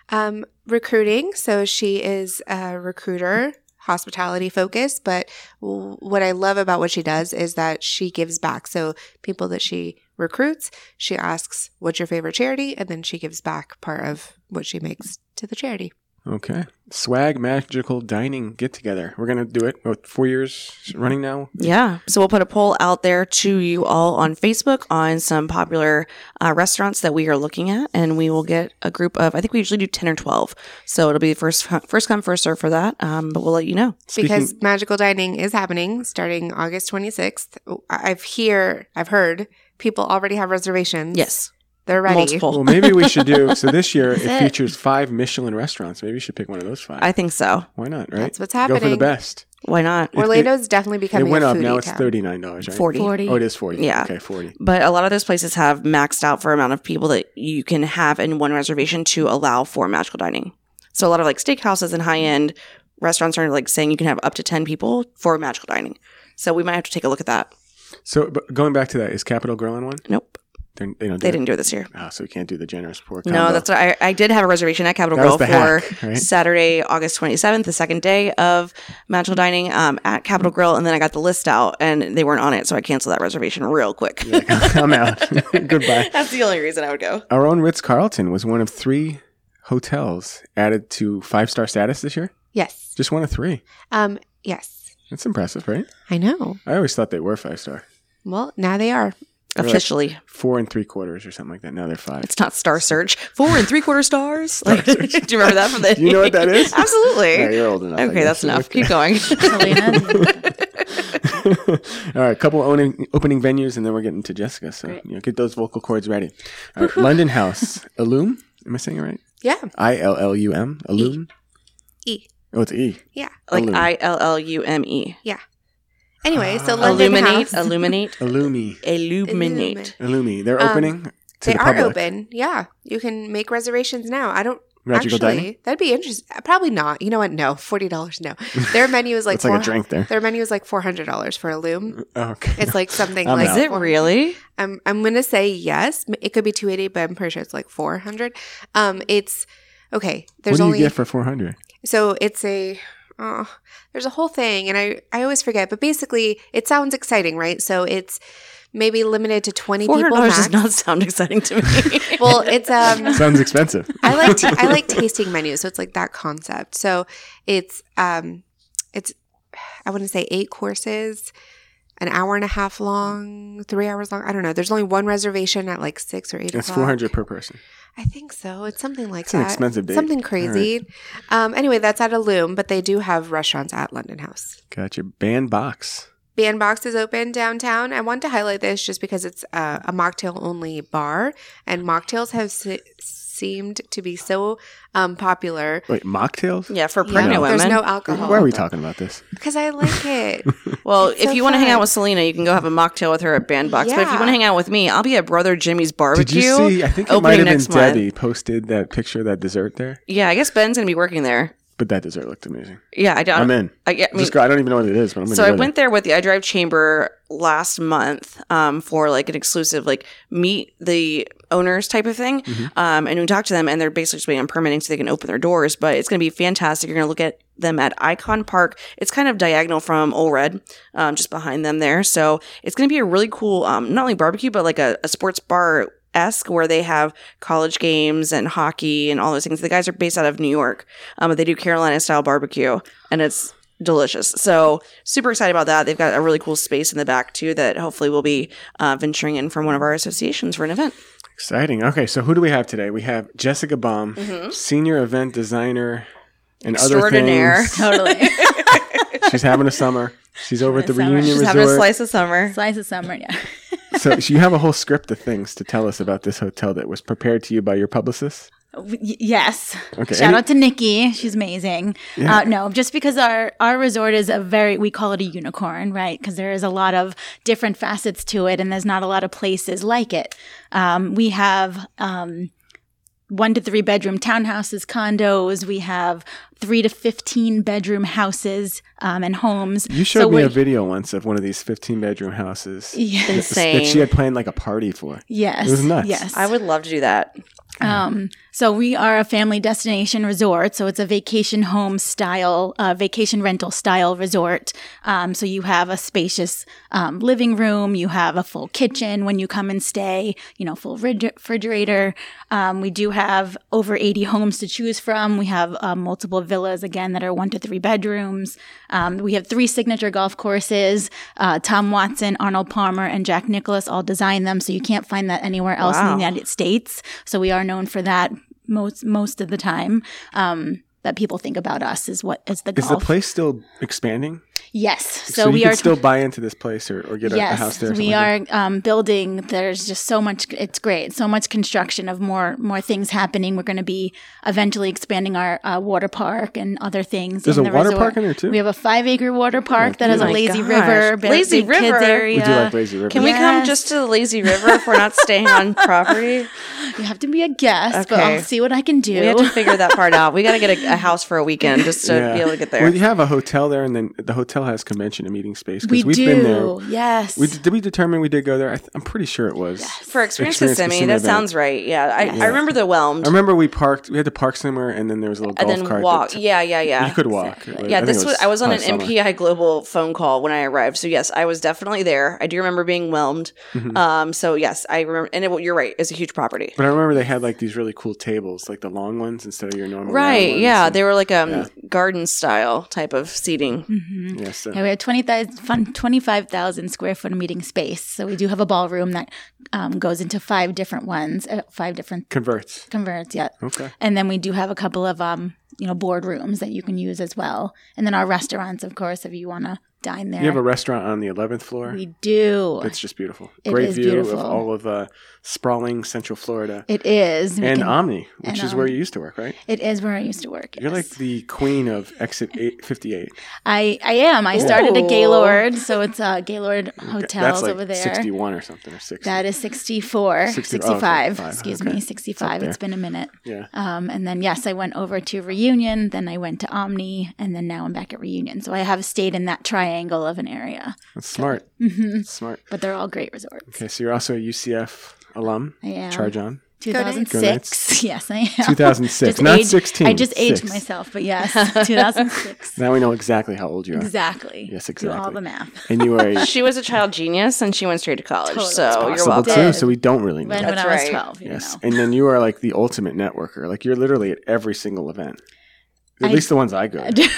S3: Um, recruiting. So she is a recruiter, hospitality focused. But w- what I love about what she does is that she gives back. So people that she recruits, she asks, "What's your favorite charity?" And then she gives back part of what she makes to the charity.
S6: Okay. Swag Magical Dining Get Together. We're going to do it. What, four years running now?
S2: Yeah. So we'll put a poll out there to you all on Facebook on some popular uh, restaurants that we are looking at, and we will get a group of. I think we usually do ten or twelve, so it'll be first first come first serve for that. Um, but we'll let you know.
S3: because magical dining is happening starting August 26th. I- I've hear I've heard people already have reservations.
S2: Yes,
S3: they're ready.
S2: multiple.
S6: well, maybe we should do. So this year, it,
S4: That's it.
S6: features five Michelin restaurants. Maybe we should pick one of those five.
S2: I think so.
S6: Why not, right?
S3: That's what's
S6: Go for the
S3: happening.
S6: best.
S2: Why not?
S6: it-
S3: Orlando's definitely
S6: it
S3: becoming
S6: went
S3: a
S6: up.
S3: foodie
S6: Now it's
S3: town.
S6: thirty nine dollars, right?
S2: 40.
S4: Forty.
S6: Oh, it is forty.
S2: Yeah.
S6: Okay, forty.
S2: But a lot of those places have maxed out for amount of people that you can have in one reservation to allow for magical dining. So a lot of like steakhouses and high end restaurants are like saying you can have up to 10 people for magical dining. So we might have to take a look at that.
S6: So, but going back to that, is Capital Growing one?
S2: Nope.
S6: They're, they don't do
S2: They
S6: it?
S2: didn't do it this year.
S6: Ah, so we can't do the generous poor.
S2: No, that's what I, I did have a reservation at Capital
S6: That was
S2: Grill
S6: the
S2: for
S6: hack, right?
S2: Saturday, August 27th, the second day of magical dining um, at Capital Grill. And then I got the list out and they weren't on it. So I canceled that reservation real quick.
S6: I'm out. Goodbye.
S2: That's the only reason I would go.
S6: Our own Ritz Carlton was one of three hotels added to five star status this year.
S3: Yes.
S6: Just one of three.
S3: Um. Yes.
S6: That's impressive, right?
S3: I know.
S6: I always thought they were five star,
S3: Well, now they are.
S6: Really?
S2: Officially,
S6: four and three quarters or something like that. Now they're five.
S2: it's not Star Search. Four and three quarter stars. Like, do you remember that from the?
S6: You know what that is?
S2: Absolutely.
S6: Yeah, you're old enough. I
S2: okay, that's
S6: guess.
S2: enough. Keep going.
S4: Helena,
S6: All right, a couple opening, opening venues, and then we're getting to Jessica. So you know, get those vocal cords ready. All right, London House, Illum. Am I saying it right?
S3: Yeah.
S6: I L L U M. Illum.
S3: E.
S6: Oh, it's E.
S3: Yeah.
S2: like
S6: Illum.
S2: I L L U M E.
S3: Anyway, so
S6: Ah.
S3: London
S2: Uh, Illuminate,
S3: House.
S2: illuminate,
S6: Illumi.
S2: illuminate.
S3: Illuminate.
S6: Illumi. They're
S3: Um,
S6: opening. to
S3: They
S6: the
S3: are
S6: public.
S3: open. Yeah. You can make reservations now. I don't
S6: Magical
S3: actually.
S6: dining.
S3: That'd be interesting. Probably not. You know what? No. Forty dollars. No. Their menu is like.
S6: it's like a
S3: four-
S6: drink there.
S3: Their menu is like four hundred dollars for a loom.
S6: Oh, okay.
S3: It's like something
S6: I'm
S3: like.
S2: Is it
S3: four-
S2: really?
S3: I'm I'm gonna say yes. M- It could be two eighty, but I'm pretty sure it's like four hundred. Um, it's okay.
S6: what
S3: There's
S6: do
S3: only
S6: you get for four hundred?
S3: so it's a oh, there's a whole thing, and I I always forget. But basically, it sounds exciting, right? So it's maybe limited to twenty
S2: Four
S3: people.
S2: hundred dollars does
S3: max.
S2: not sound exciting to me.
S3: well, it's um.
S6: Sounds expensive.
S3: I like t- I like tasting menus, so it's like that concept. So it's um, it's I wouldn't say eight courses, an hour and a half long, three hours long. I don't know. There's only one reservation at like six or eight.
S6: It's
S3: o'clock.
S6: four hundred per person.
S3: I think so. It's something like
S6: It's an
S3: that.
S6: expensive date.
S3: Something
S6: All
S3: crazy. Um, anyway, that's at a loom, but they do have restaurants at London House.
S6: Got your band box.
S3: Bandbox is open downtown. I want to highlight this just because it's uh, a mocktail only bar, and mocktails have se- seemed to be so um, popular.
S6: Wait, mocktails.
S2: yeah, for
S3: Yeah,
S2: pregnant
S3: There's
S2: women.
S3: no
S6: Why are
S3: alcohol
S6: we talking about this?
S3: because I like it.
S2: well,
S3: It's
S2: if
S3: so
S2: you want to hang
S3: fun.
S2: out with Selena, you can go have a mocktail with her at Bandbox. But if you
S3: Yeah.
S2: want to hang out with me, I'll be at Brother Jimmy's
S6: Did
S2: barbecue.
S6: you see? I think it might
S2: opening
S6: have been
S2: next month.
S6: Debbie posted that picture of that dessert there,
S2: Yeah, I guess Ben's gonna be working there.
S6: but that dessert looked amazing.
S2: Yeah, I don't.
S6: I'm in.
S2: I, yeah, I mean,
S6: Just go, I don't even know what it is, but I'm gonna
S2: so I
S6: go
S2: went there with the I Drive Chamber last month um, for like an exclusive like meet the owners type of thing,
S6: Mhm.
S2: um, and we talked to them, and they're basically just waiting on permitting so they can open their doors. But it's going to be fantastic. You're going to look at them at Icon Park. It's kind of diagonal from Ole Red, um, just behind them there. So it's going to be a really cool, um, not only barbecue but like a, a sports bar esque where they have college games and hockey and all those things. The guys are based out of New York, um, but they do Carolina style barbecue, and it's delicious. So super excited about that. They've got a really cool space in the back too that hopefully we'll be uh, venturing in from one of our associations for an event.
S6: Exciting. Okay, so who do we have today? We have Jessica Baum,
S2: Mm-hmm.
S6: senior event designer and other
S2: Extraordinaire.
S6: things.
S4: totally.
S6: She's having a summer. She's over at the
S4: Having a summer.
S6: reunion
S4: She's
S6: resort.
S2: of summer.
S4: Slice of summer. Yeah.
S6: so you have a whole script of things to tell us about this hotel that was prepared to you by your publicist.
S4: Y- yes.
S6: Okay.
S4: Shout
S6: any-
S4: out to Nikki. She's amazing.
S6: Yeah.
S4: Uh, no, just because our, our resort is a very, we call it a unicorn, right? Because there is a lot of different facets to it and there's not a lot of places like it. Um, we have um, one to three bedroom townhouses, condos. We have three to 15 bedroom houses um, and homes.
S6: you showed
S4: So
S6: me
S4: we're-
S6: a video once of one of these 15 bedroom houses
S4: Yeah.
S6: that she
S2: Insane.
S6: had planned like a party for.
S4: Yes.
S6: It was nuts.
S4: Yes.
S2: I would love to do that.
S4: Um, so we are a family destination resort. So it's a vacation home style, uh, vacation rental style resort. Um, so you have a spacious um, living room. You have a full kitchen when you come and stay. You know, full rid- refrigerator. Um, we do have over 80 homes to choose from. We have uh, multiple villas again that are one to three bedrooms. Um, we have three signature golf courses. Uh, Tom Watson, Arnold Palmer, and Jack Nicholas all designed them. So you can't find that anywhere else in the
S2: Wow.
S4: United States. So we are known for that most most of the time. Um, that people think about us is what is the
S6: Is
S4: golf.
S6: the place still expanding?
S4: Yes. So,
S6: you
S4: we
S6: can
S4: are
S6: still buy into this place or, or get a- a,
S4: yes,
S6: house there. or
S4: we
S6: something like
S4: are um, building. There's just so much. It's great. So much construction of more more things happening. We're going to be eventually expanding our uh, water park and other things.
S6: There's
S4: in
S6: a
S4: the
S6: water
S4: resort.
S6: park in there, too?
S4: We have a five acre water park that has a
S2: my
S4: lazy
S2: gosh.
S4: river, big-
S2: Lazy
S4: big kids
S2: river.
S6: that.
S4: area.
S6: We do like Lazy River.
S2: Can we come
S4: Yes.
S2: just to the lazy river if we're not staying on property?
S4: You have to be a guest, but
S2: Okay.
S4: I'll see what I can do.
S2: We have to figure that part out. We got to get a, a house for a weekend just to be able to get there.
S6: Well, you have a hotel there, and then the hotel has convention and meeting space. 'cause
S4: we
S6: we've
S4: do.
S6: Been there.
S4: Yes.
S6: We, did we determine we did go there? I th- I'm pretty sure it was.
S2: for Experience
S6: Experience
S2: Kissimmee,
S6: Kissimmee
S2: that
S6: event.
S2: sounds right. Yeah. I, I remember the whelmed
S6: I remember we parked. We had to park somewhere, and then there was a little
S2: and
S6: golf
S2: then
S6: cart.
S2: walk.
S6: that-
S2: yeah, yeah, yeah.
S6: you could walk. Like,
S2: yeah,
S6: think
S2: this
S6: it
S2: was, I was on an
S6: probably summer.
S2: MPI Global phone call when I arrived. So yes, I was definitely there. I do remember being whelmed.
S6: Mm-hmm.
S2: Um, so yes, I remember, and it, you're right. It's a huge property.
S6: But I remember they had like these really cool tables, like the long ones instead of your normal. round
S2: Right.
S6: ones,
S2: Yeah.
S6: and-
S2: They were like um
S6: Yeah.
S2: garden style type of seating.
S4: Mhm.
S6: yeah, so-
S4: Yeah, we have 20,000 fun- 25,000 square foot meeting space. So we do have a ballroom that um, goes into five different ones, uh, five different
S6: converts.
S4: converts. Yeah.
S6: Okay.
S4: And then we do have a couple of, um, you know, board rooms that you can use as well. And then our restaurants, of course, if you want to dine there.
S6: You have a restaurant on the 11th floor.
S4: we do.
S6: It's just beautiful.
S4: It
S6: Great
S4: is
S6: view
S4: beautiful.
S6: of all of uh, sprawling Central Florida
S4: it is. We
S6: and uh,
S4: can-
S6: Omni, which
S4: and
S6: is where
S4: Omni.
S6: you used to work, right?
S4: it is where I used to work.
S6: You're like
S4: yes.
S6: the queen of exit eight, 58.
S4: I, I am. I started
S2: Ooh.
S4: at Gaylord. So it's uh, Gaylord Hotels
S6: That's like
S4: over there.
S6: 61 or something or 60.
S4: That is 64,
S6: 60 oh,
S4: 65,
S6: okay,
S4: excuse
S6: okay.
S4: me,
S6: It's up
S4: 65.
S6: there.
S4: it's been a minute.
S6: yeah.
S4: Um, and then, yes, I went over to Reunion, then I went to Omni, and then now I'm back at Reunion. So I have stayed in that triangle of an area,
S6: That's smart.
S4: hmm
S6: That's smart.
S4: but they're all great resorts.
S6: Okay, so you're also a UCF alum.
S4: I am.
S6: Charge on. Go Knights.
S4: 2006. Yes, I am.
S6: 2006,
S4: Just
S6: not
S4: aged-
S6: 16.
S4: I just aged
S6: Six.
S4: myself, but yes, 2006.
S6: Now we know exactly how old you are.
S4: exactly.
S6: Yes,
S4: Do all
S6: exactly.
S4: the math.
S6: And you are a
S2: She was a child genius and she went straight to college.
S4: Totally.
S2: So
S4: It's
S2: you're
S6: possible
S2: welcome.
S6: too,
S4: Did.
S6: so we don't really know.
S4: When, when
S2: That's
S4: I was
S2: right.
S4: 12, you
S6: Yes.
S4: know.
S6: And then you are like the ultimate networker. Like you're literally at every single event. At
S4: I-
S6: least the ones I go to. like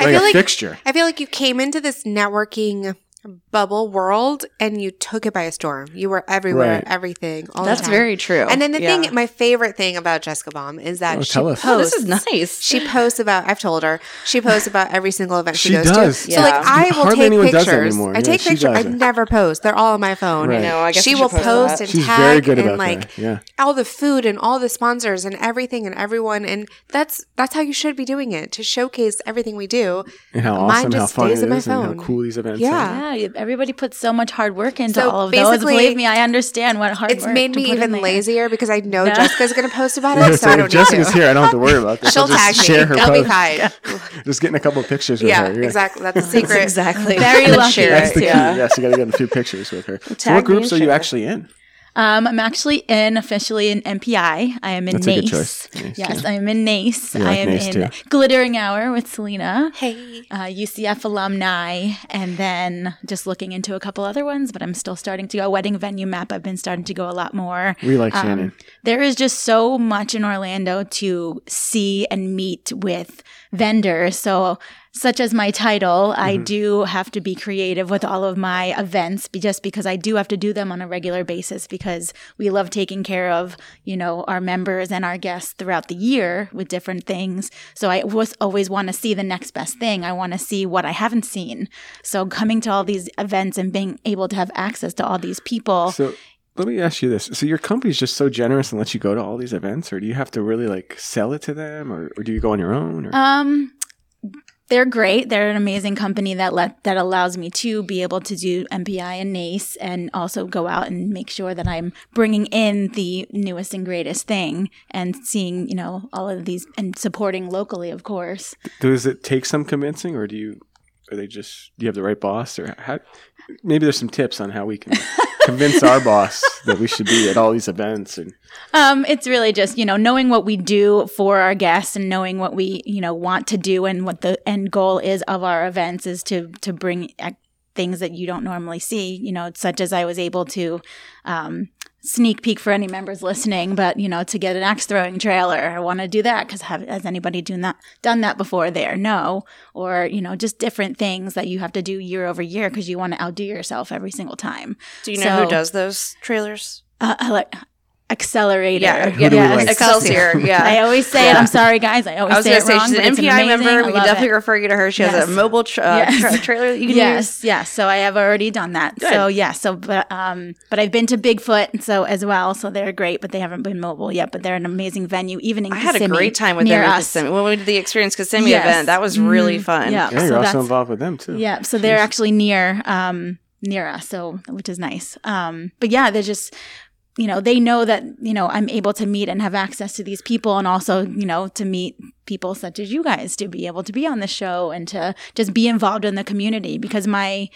S3: I feel
S6: a
S3: like
S6: fixture.
S3: I feel like you came into this networking bubble world and you took it by a storm. You were everywhere,
S6: Right.
S3: everything. All
S2: That's
S3: the time.
S2: very true.
S3: And then the
S2: Yeah.
S3: thing, my favorite thing about Jessica Baum is that
S6: Oh,
S3: she
S6: tell us.
S2: Oh,
S3: posts.
S2: this is nice.
S3: She posts about. I've told her she posts about every single event she,
S6: She
S3: goes
S6: does.
S3: to.
S2: Yeah.
S3: So like, I will
S6: Hardly
S3: take
S6: anyone does
S3: pictures.
S6: that anymore.
S3: I
S6: Yeah,
S3: take
S6: she
S3: pictures. I
S6: does it.
S3: never post. They're all on my phone.
S6: Right. I
S2: know, I guess
S3: she
S2: you
S3: will
S2: should post
S3: post
S2: that.
S3: and
S6: She's
S3: tag
S6: very good
S3: and
S6: about
S3: like
S6: that. Yeah.
S3: all the food and all the sponsors and everything and everyone and that's that's how you should be doing it to showcase everything we do.
S6: And how
S3: Mine
S6: awesome, how
S3: just
S6: fun it
S3: stays
S6: is,
S3: in my
S6: and how
S3: phone.
S6: cool these events
S3: Yeah.
S6: are.
S4: Yeah, you- everybody puts so much hard work into
S3: So
S4: all of those.
S3: basically,
S4: Believe me, I understand what hard
S3: It's
S4: work
S3: made
S4: to
S3: me
S4: put in
S3: even
S4: there.
S3: lazier because I know
S4: No.
S3: Jessica's going to post about
S6: Yeah,
S3: it, so I
S6: if
S3: don't need
S6: Jessica's
S3: to.
S6: here, I don't have to worry about this.
S3: She'll
S6: I'll
S3: tag
S6: just
S3: me.
S6: share her
S3: It'll be
S6: post.
S3: fine.
S6: Just getting a couple pictures with
S3: Yeah,
S6: her. Yeah.
S3: exactly. That's the secret.
S2: exactly.
S4: Very
S2: Let's
S4: lucky.
S2: share
S6: That's
S2: it,
S6: the key.
S2: yeah.
S6: Yes, you got to get a few pictures with her. So
S2: Tag
S6: what
S2: me
S6: groups
S2: and
S6: are you
S2: share.
S6: actually in?
S4: Um, I'm actually in officially in MPI. I am in
S6: That's a good
S4: NACE.
S6: choice. Nace,
S4: yes, I'm in NACE.
S6: You
S4: I
S6: like
S4: am
S6: Nace
S4: in
S6: too.
S4: Glittering Hour with Selena,
S3: Hey.
S4: uh, UCF alumni, and then just looking into a couple other ones. But I'm still starting to go wedding venue map. I've been starting to go a lot more.
S6: We like
S4: Um,
S6: Shannon.
S4: There is just so much in Orlando to see and meet with vendors. So, such as my title, I
S6: Mm-hmm.
S4: do have to be creative with all of my events be- just because I do have to do them on a regular basis because we love taking care of, you know, our members and our guests throughout the year with different things. So, I was always want to see the next best thing. I want to see what I haven't seen. So, coming to all these events and being able to have access to all these people.
S6: So let me ask you this. So your company's just so generous and lets you go to all these events, or do you have to really like sell it to them or, or do you go on your own? Or?
S4: Um, they're great. They're an amazing company that let that allows me to be able to do MPI and NACE, E and also go out and make sure that I'm bringing in the newest and greatest thing, and seeing you know all of these and supporting locally, of course.
S6: Does it take some convincing, or do you are they just do you have the right boss, or how, maybe there's some tips on how we can convince our boss that we should be at all these events? And
S4: Um, it's really just you know knowing what we do for our guests and knowing what we you know want to do and what the end goal is of our events is to to bring ac- things that you don't normally see. You know, such as I was able to um, sneak peek for any members listening, but you know, to get an axe throwing trailer, I want to do that because has anybody doing that done that before? There, no, or you know, just different things that you have to do year over year because you want to outdo yourself every single time.
S2: Do you know who
S4: So-
S2: does those trailers?
S4: Uh, I like. accelerator.
S2: Yeah,
S6: Who do we
S4: Yes.
S6: like?
S2: Excelsior.
S4: I
S2: Yeah.
S4: always say it.
S2: Yeah.
S4: I'm sorry, guys. I always
S2: I was
S4: say
S2: going
S4: it
S2: to say
S4: wrong.
S2: she's
S4: but
S2: an
S4: it's
S2: MPI
S4: amazing. I
S2: member. We can
S4: love
S2: definitely
S4: it.
S2: refer you to her. She
S4: Yes.
S2: has a mobile tra- uh,
S4: Yes.
S2: tra- trailer that you can use.
S4: yes, yes. So I have already done that.
S2: Good.
S4: So yeah. So but um, but I've been to Bigfoot so as well. So they're great, but they haven't been mobile yet. But they're an amazing venue, even in
S2: I had a
S4: Kissimmee,
S2: great time with
S4: near
S2: them in
S4: us.
S2: Kissimmee. When we did the Experience Kissimmee
S4: Yes.
S2: event, that was really
S4: Mm,
S2: fun.
S4: Yeah.
S6: Yeah,
S4: so
S6: you're
S4: that's-
S6: also involved with them too.
S4: Yeah, so they're
S6: Oh, Jeez.
S4: actually near um near us, so which is nice. Um but yeah, they're just you know, they know that, you know, I'm able to meet and have access to these people and also, you know, to meet people such as you guys to be able to be on the show and to just be involved in the community because my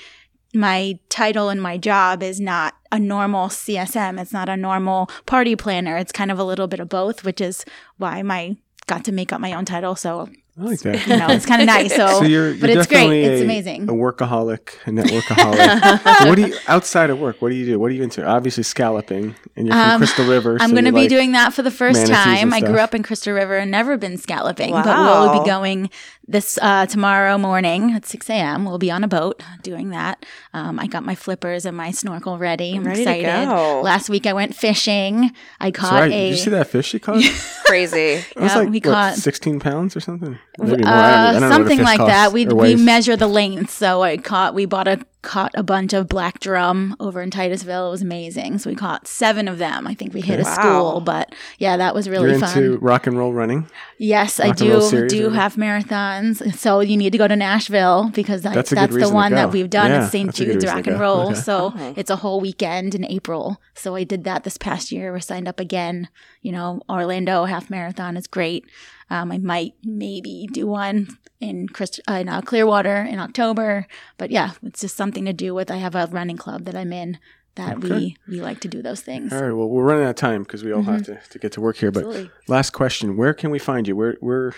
S4: my title and my job is not a normal CSM. It's not a normal party planner. It's kind of a little bit of both, which is why my got to make up my own title. So
S6: I like that.
S4: you know, it's kind of nice. So,
S6: So you're,
S4: but
S6: you're
S4: it's great.
S6: definitely
S4: It's
S6: a-
S4: amazing.
S6: A workaholic, a networkaholic. what do you outside of work? What do you do? What are you into? Obviously scalloping, and you're from
S4: Um,
S6: Crystal River.
S4: I'm
S6: so
S4: going to
S6: you
S4: be
S6: like-
S4: doing that for the first
S6: manatees and
S4: time. I grew
S6: stuff.
S4: up in Crystal River and never been scalloping, but we'll
S2: Wow.
S4: be going this uh, tomorrow morning at 6 a.m. We'll be on a boat doing that. Um, I got my flippers and my snorkel ready. I'm
S2: Ready to
S4: excited.
S2: go.
S4: Last week I went fishing. I
S6: That's
S4: caught
S6: right.
S4: a.
S6: Did you see that fish she caught?
S2: Crazy.
S6: It was
S4: Yeah,
S6: like
S4: we
S6: what,
S4: caught-
S6: 16 pounds or something.
S4: Uh,
S6: Maybe more. I don't, even- I don't know what a
S4: something
S6: fish
S4: like
S6: costs
S4: that. We
S6: or
S4: we
S6: weighs.
S4: measure the length. So I caught. We bought a caught a bunch of black drum over in Titusville. It was amazing. So we caught seven of them. I think we hit a
S2: Wow.
S4: school, but yeah, that was really
S6: You're
S4: fun.
S6: into rock and roll running.
S4: Yes, I
S6: Rock and roll
S4: do
S6: series
S4: do
S6: or-
S4: half marathons. So you need to go to Nashville because I,
S6: That's
S4: that's,
S6: a good
S4: the
S6: reason to
S4: one
S6: go.
S4: that we've done
S6: Yeah,
S4: in St.
S6: that's a good
S4: Jude's
S6: reason to
S4: Rock and
S6: go.
S4: Roll.
S6: Okay.
S4: So
S2: Oh.
S4: it's a whole weekend in April. So I did that this past year. We're signed up again. You know, Orlando half marathon is great. Um, I might maybe do one in Christ- uh, in uh, Clearwater in October. But yeah, it's just something to do with. I have a running club that I'm in that
S6: Okay.
S4: we we like to do those things.
S6: All right. Well, we're running out of time because we all have to, to get to work here. But
S4: Mm-hmm. Absolutely.
S6: last question: Where can we find you? Where where?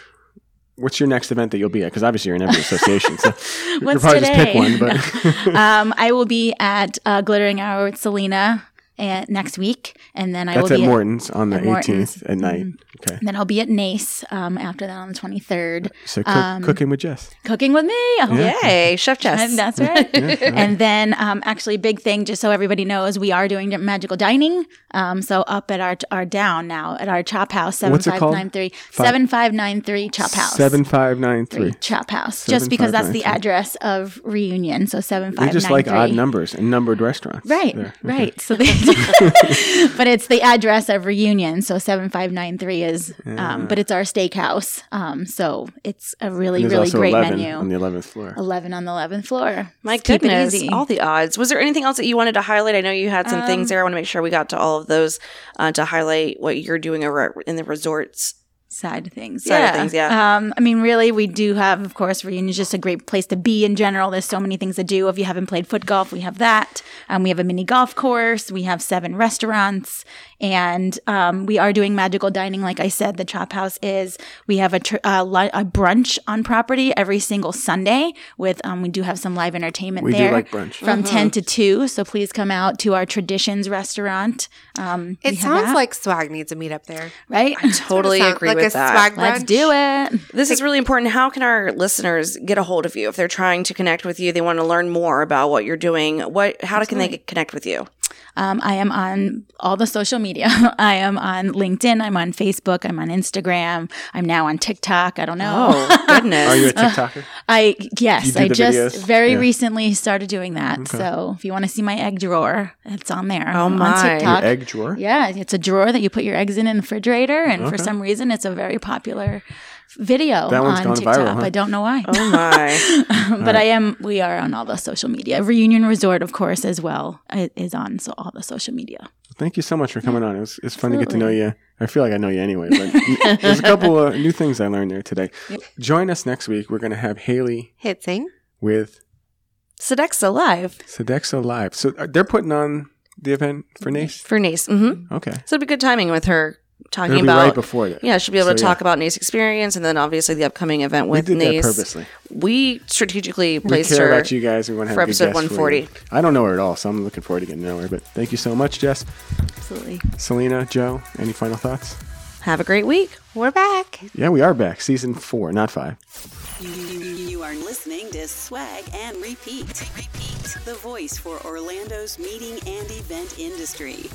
S6: What's your next event that you'll be at? Because obviously you're in every association, so you could
S4: What's
S6: probably
S4: today?
S6: just pick one. But
S4: um, I will be at uh, Glittering Hour with Selena at, next week, and then I
S6: that's
S4: will
S6: at
S4: be
S6: Morton's on the
S4: at Morton's. Mm-hmm.
S6: 18th at night. Okay.
S4: and then I'll be at Nace um, after that on the twenty third,
S6: Uh, So cook,
S4: Um,
S6: cooking with Jess.
S4: cooking with me. Oh,
S6: Yeah.
S2: Yay, Chef Jess.
S4: and that's right.
S6: Yeah, all right.
S4: And then, um, actually, big thing, just so everybody knows, we are doing magical dining. Um, so up at our our down now at our Chop House seven
S6: What's it
S4: five
S6: called?
S4: nine three
S6: Five-
S4: seven five nine three Chop House
S6: Seven five nine three.
S4: three Chop House.
S6: Seven
S4: Just because
S6: five
S4: that's
S6: nine
S4: the
S6: three.
S4: address of reunion. So seven
S6: We
S4: five.
S6: just like odd numbers and numbered restaurants.
S4: Right,
S6: there.
S4: right. So, they, but it's the address of reunion. So seven five nine three is, um, but it's our steakhouse. Um, so it's a really,
S6: And there's
S4: really
S6: also
S4: great
S6: 11
S4: menu.
S6: on the 11th floor.
S4: Eleven on the eleventh floor.
S2: My
S4: Let's keep it
S2: goodness,
S4: easy. Um,
S2: all the odds. Was there anything else that you wanted to highlight? I know you had some things there. I want to make sure we got to all of those uh, to highlight what you're doing over at- in the resorts.
S4: side of things.
S2: Side of things, yeah.
S4: Um, I mean, really, we do have, of course, reunion is just a great place to be in general. There's so many things to do. If you haven't played foot golf, we have that. Um, we have a mini golf course. We have seven restaurants, and um, we are doing magical dining. Like I said, the Chop House is. We have a, tr- a, lu- a brunch on property every single Sunday. With um, we do have some live entertainment
S6: We
S4: there
S6: do like brunch.
S4: from
S2: Mm-hmm.
S4: ten to two. So please come out to our Traditions Restaurant. Um, we
S3: It
S4: have
S3: sounds
S4: that,
S3: like swag needs a meetup there.
S4: right.
S2: Totally
S3: Sound-
S2: agree
S3: like a
S2: with that.
S3: swag
S4: Let's
S3: brunch.
S4: do it.
S2: This is really important. How can our listeners get a hold of you if they're trying to connect with you? They want to learn more about what you're doing. What? How can they connect with you?
S4: Um, I am on all the social media. I am on LinkedIn. I'm on Facebook. I'm on Instagram. I'm now on TikTok. I don't know.
S2: Oh
S6: Are you a
S2: goodness!
S6: TikToker?
S4: I
S6: You
S4: yes,
S6: do
S4: I
S6: the
S4: just
S6: videos?
S4: very
S6: Yeah.
S4: recently started doing that. So if you want to see my egg drawer, it's on there.
S2: Oh,
S4: I'm
S2: my.
S4: On TikTok.
S6: Your egg drawer?
S4: Yeah, it's a drawer that you put your eggs in in the refrigerator, and for
S6: Okay.
S4: some reason, it's a very popular video
S6: That one's
S4: on
S6: gone viral,
S4: TikTok.
S6: huh?
S4: I don't know why.
S2: oh my!
S4: but I am. We are on all the social media. Reunion Resort, of course, as well, i- is on so all the social media.
S6: Thank you so much for coming on. It was, it's fun to get to know you. I feel like I know you anyway, but there's a couple of new things I learned there today. Join us next week. We're going to have Haley
S3: Hit sing.
S6: with
S2: Sedexa live
S6: Sodexo Live. So uh, they're putting on the event for NACE?
S2: for Nace. hmm
S6: Okay.
S2: So it'd be good timing with her talking
S6: It'll be
S2: about
S6: right before that.
S2: Yeah, she'll be able
S6: So,
S2: to
S6: yeah.
S2: talk about Nace experience and then obviously the upcoming event
S6: We
S2: with
S6: did that
S2: Nace.
S6: purposely.
S2: We strategically
S6: We
S2: placed
S6: care
S2: her.
S6: about you guys. We want to have
S2: for
S6: a good
S2: episode
S6: guest for you.
S2: 140.
S6: I don't know her at all, so I'm looking forward to getting to know her. But thank you so much, Jess,
S4: Absolutely.
S6: Selena, Joe. Any final thoughts?
S2: Have a great week.
S3: We're back.
S6: Yeah, we are back. Season four, not five.
S5: You are listening to Swag and Repeat. Repeat. The voice for Orlando's meeting and event industry.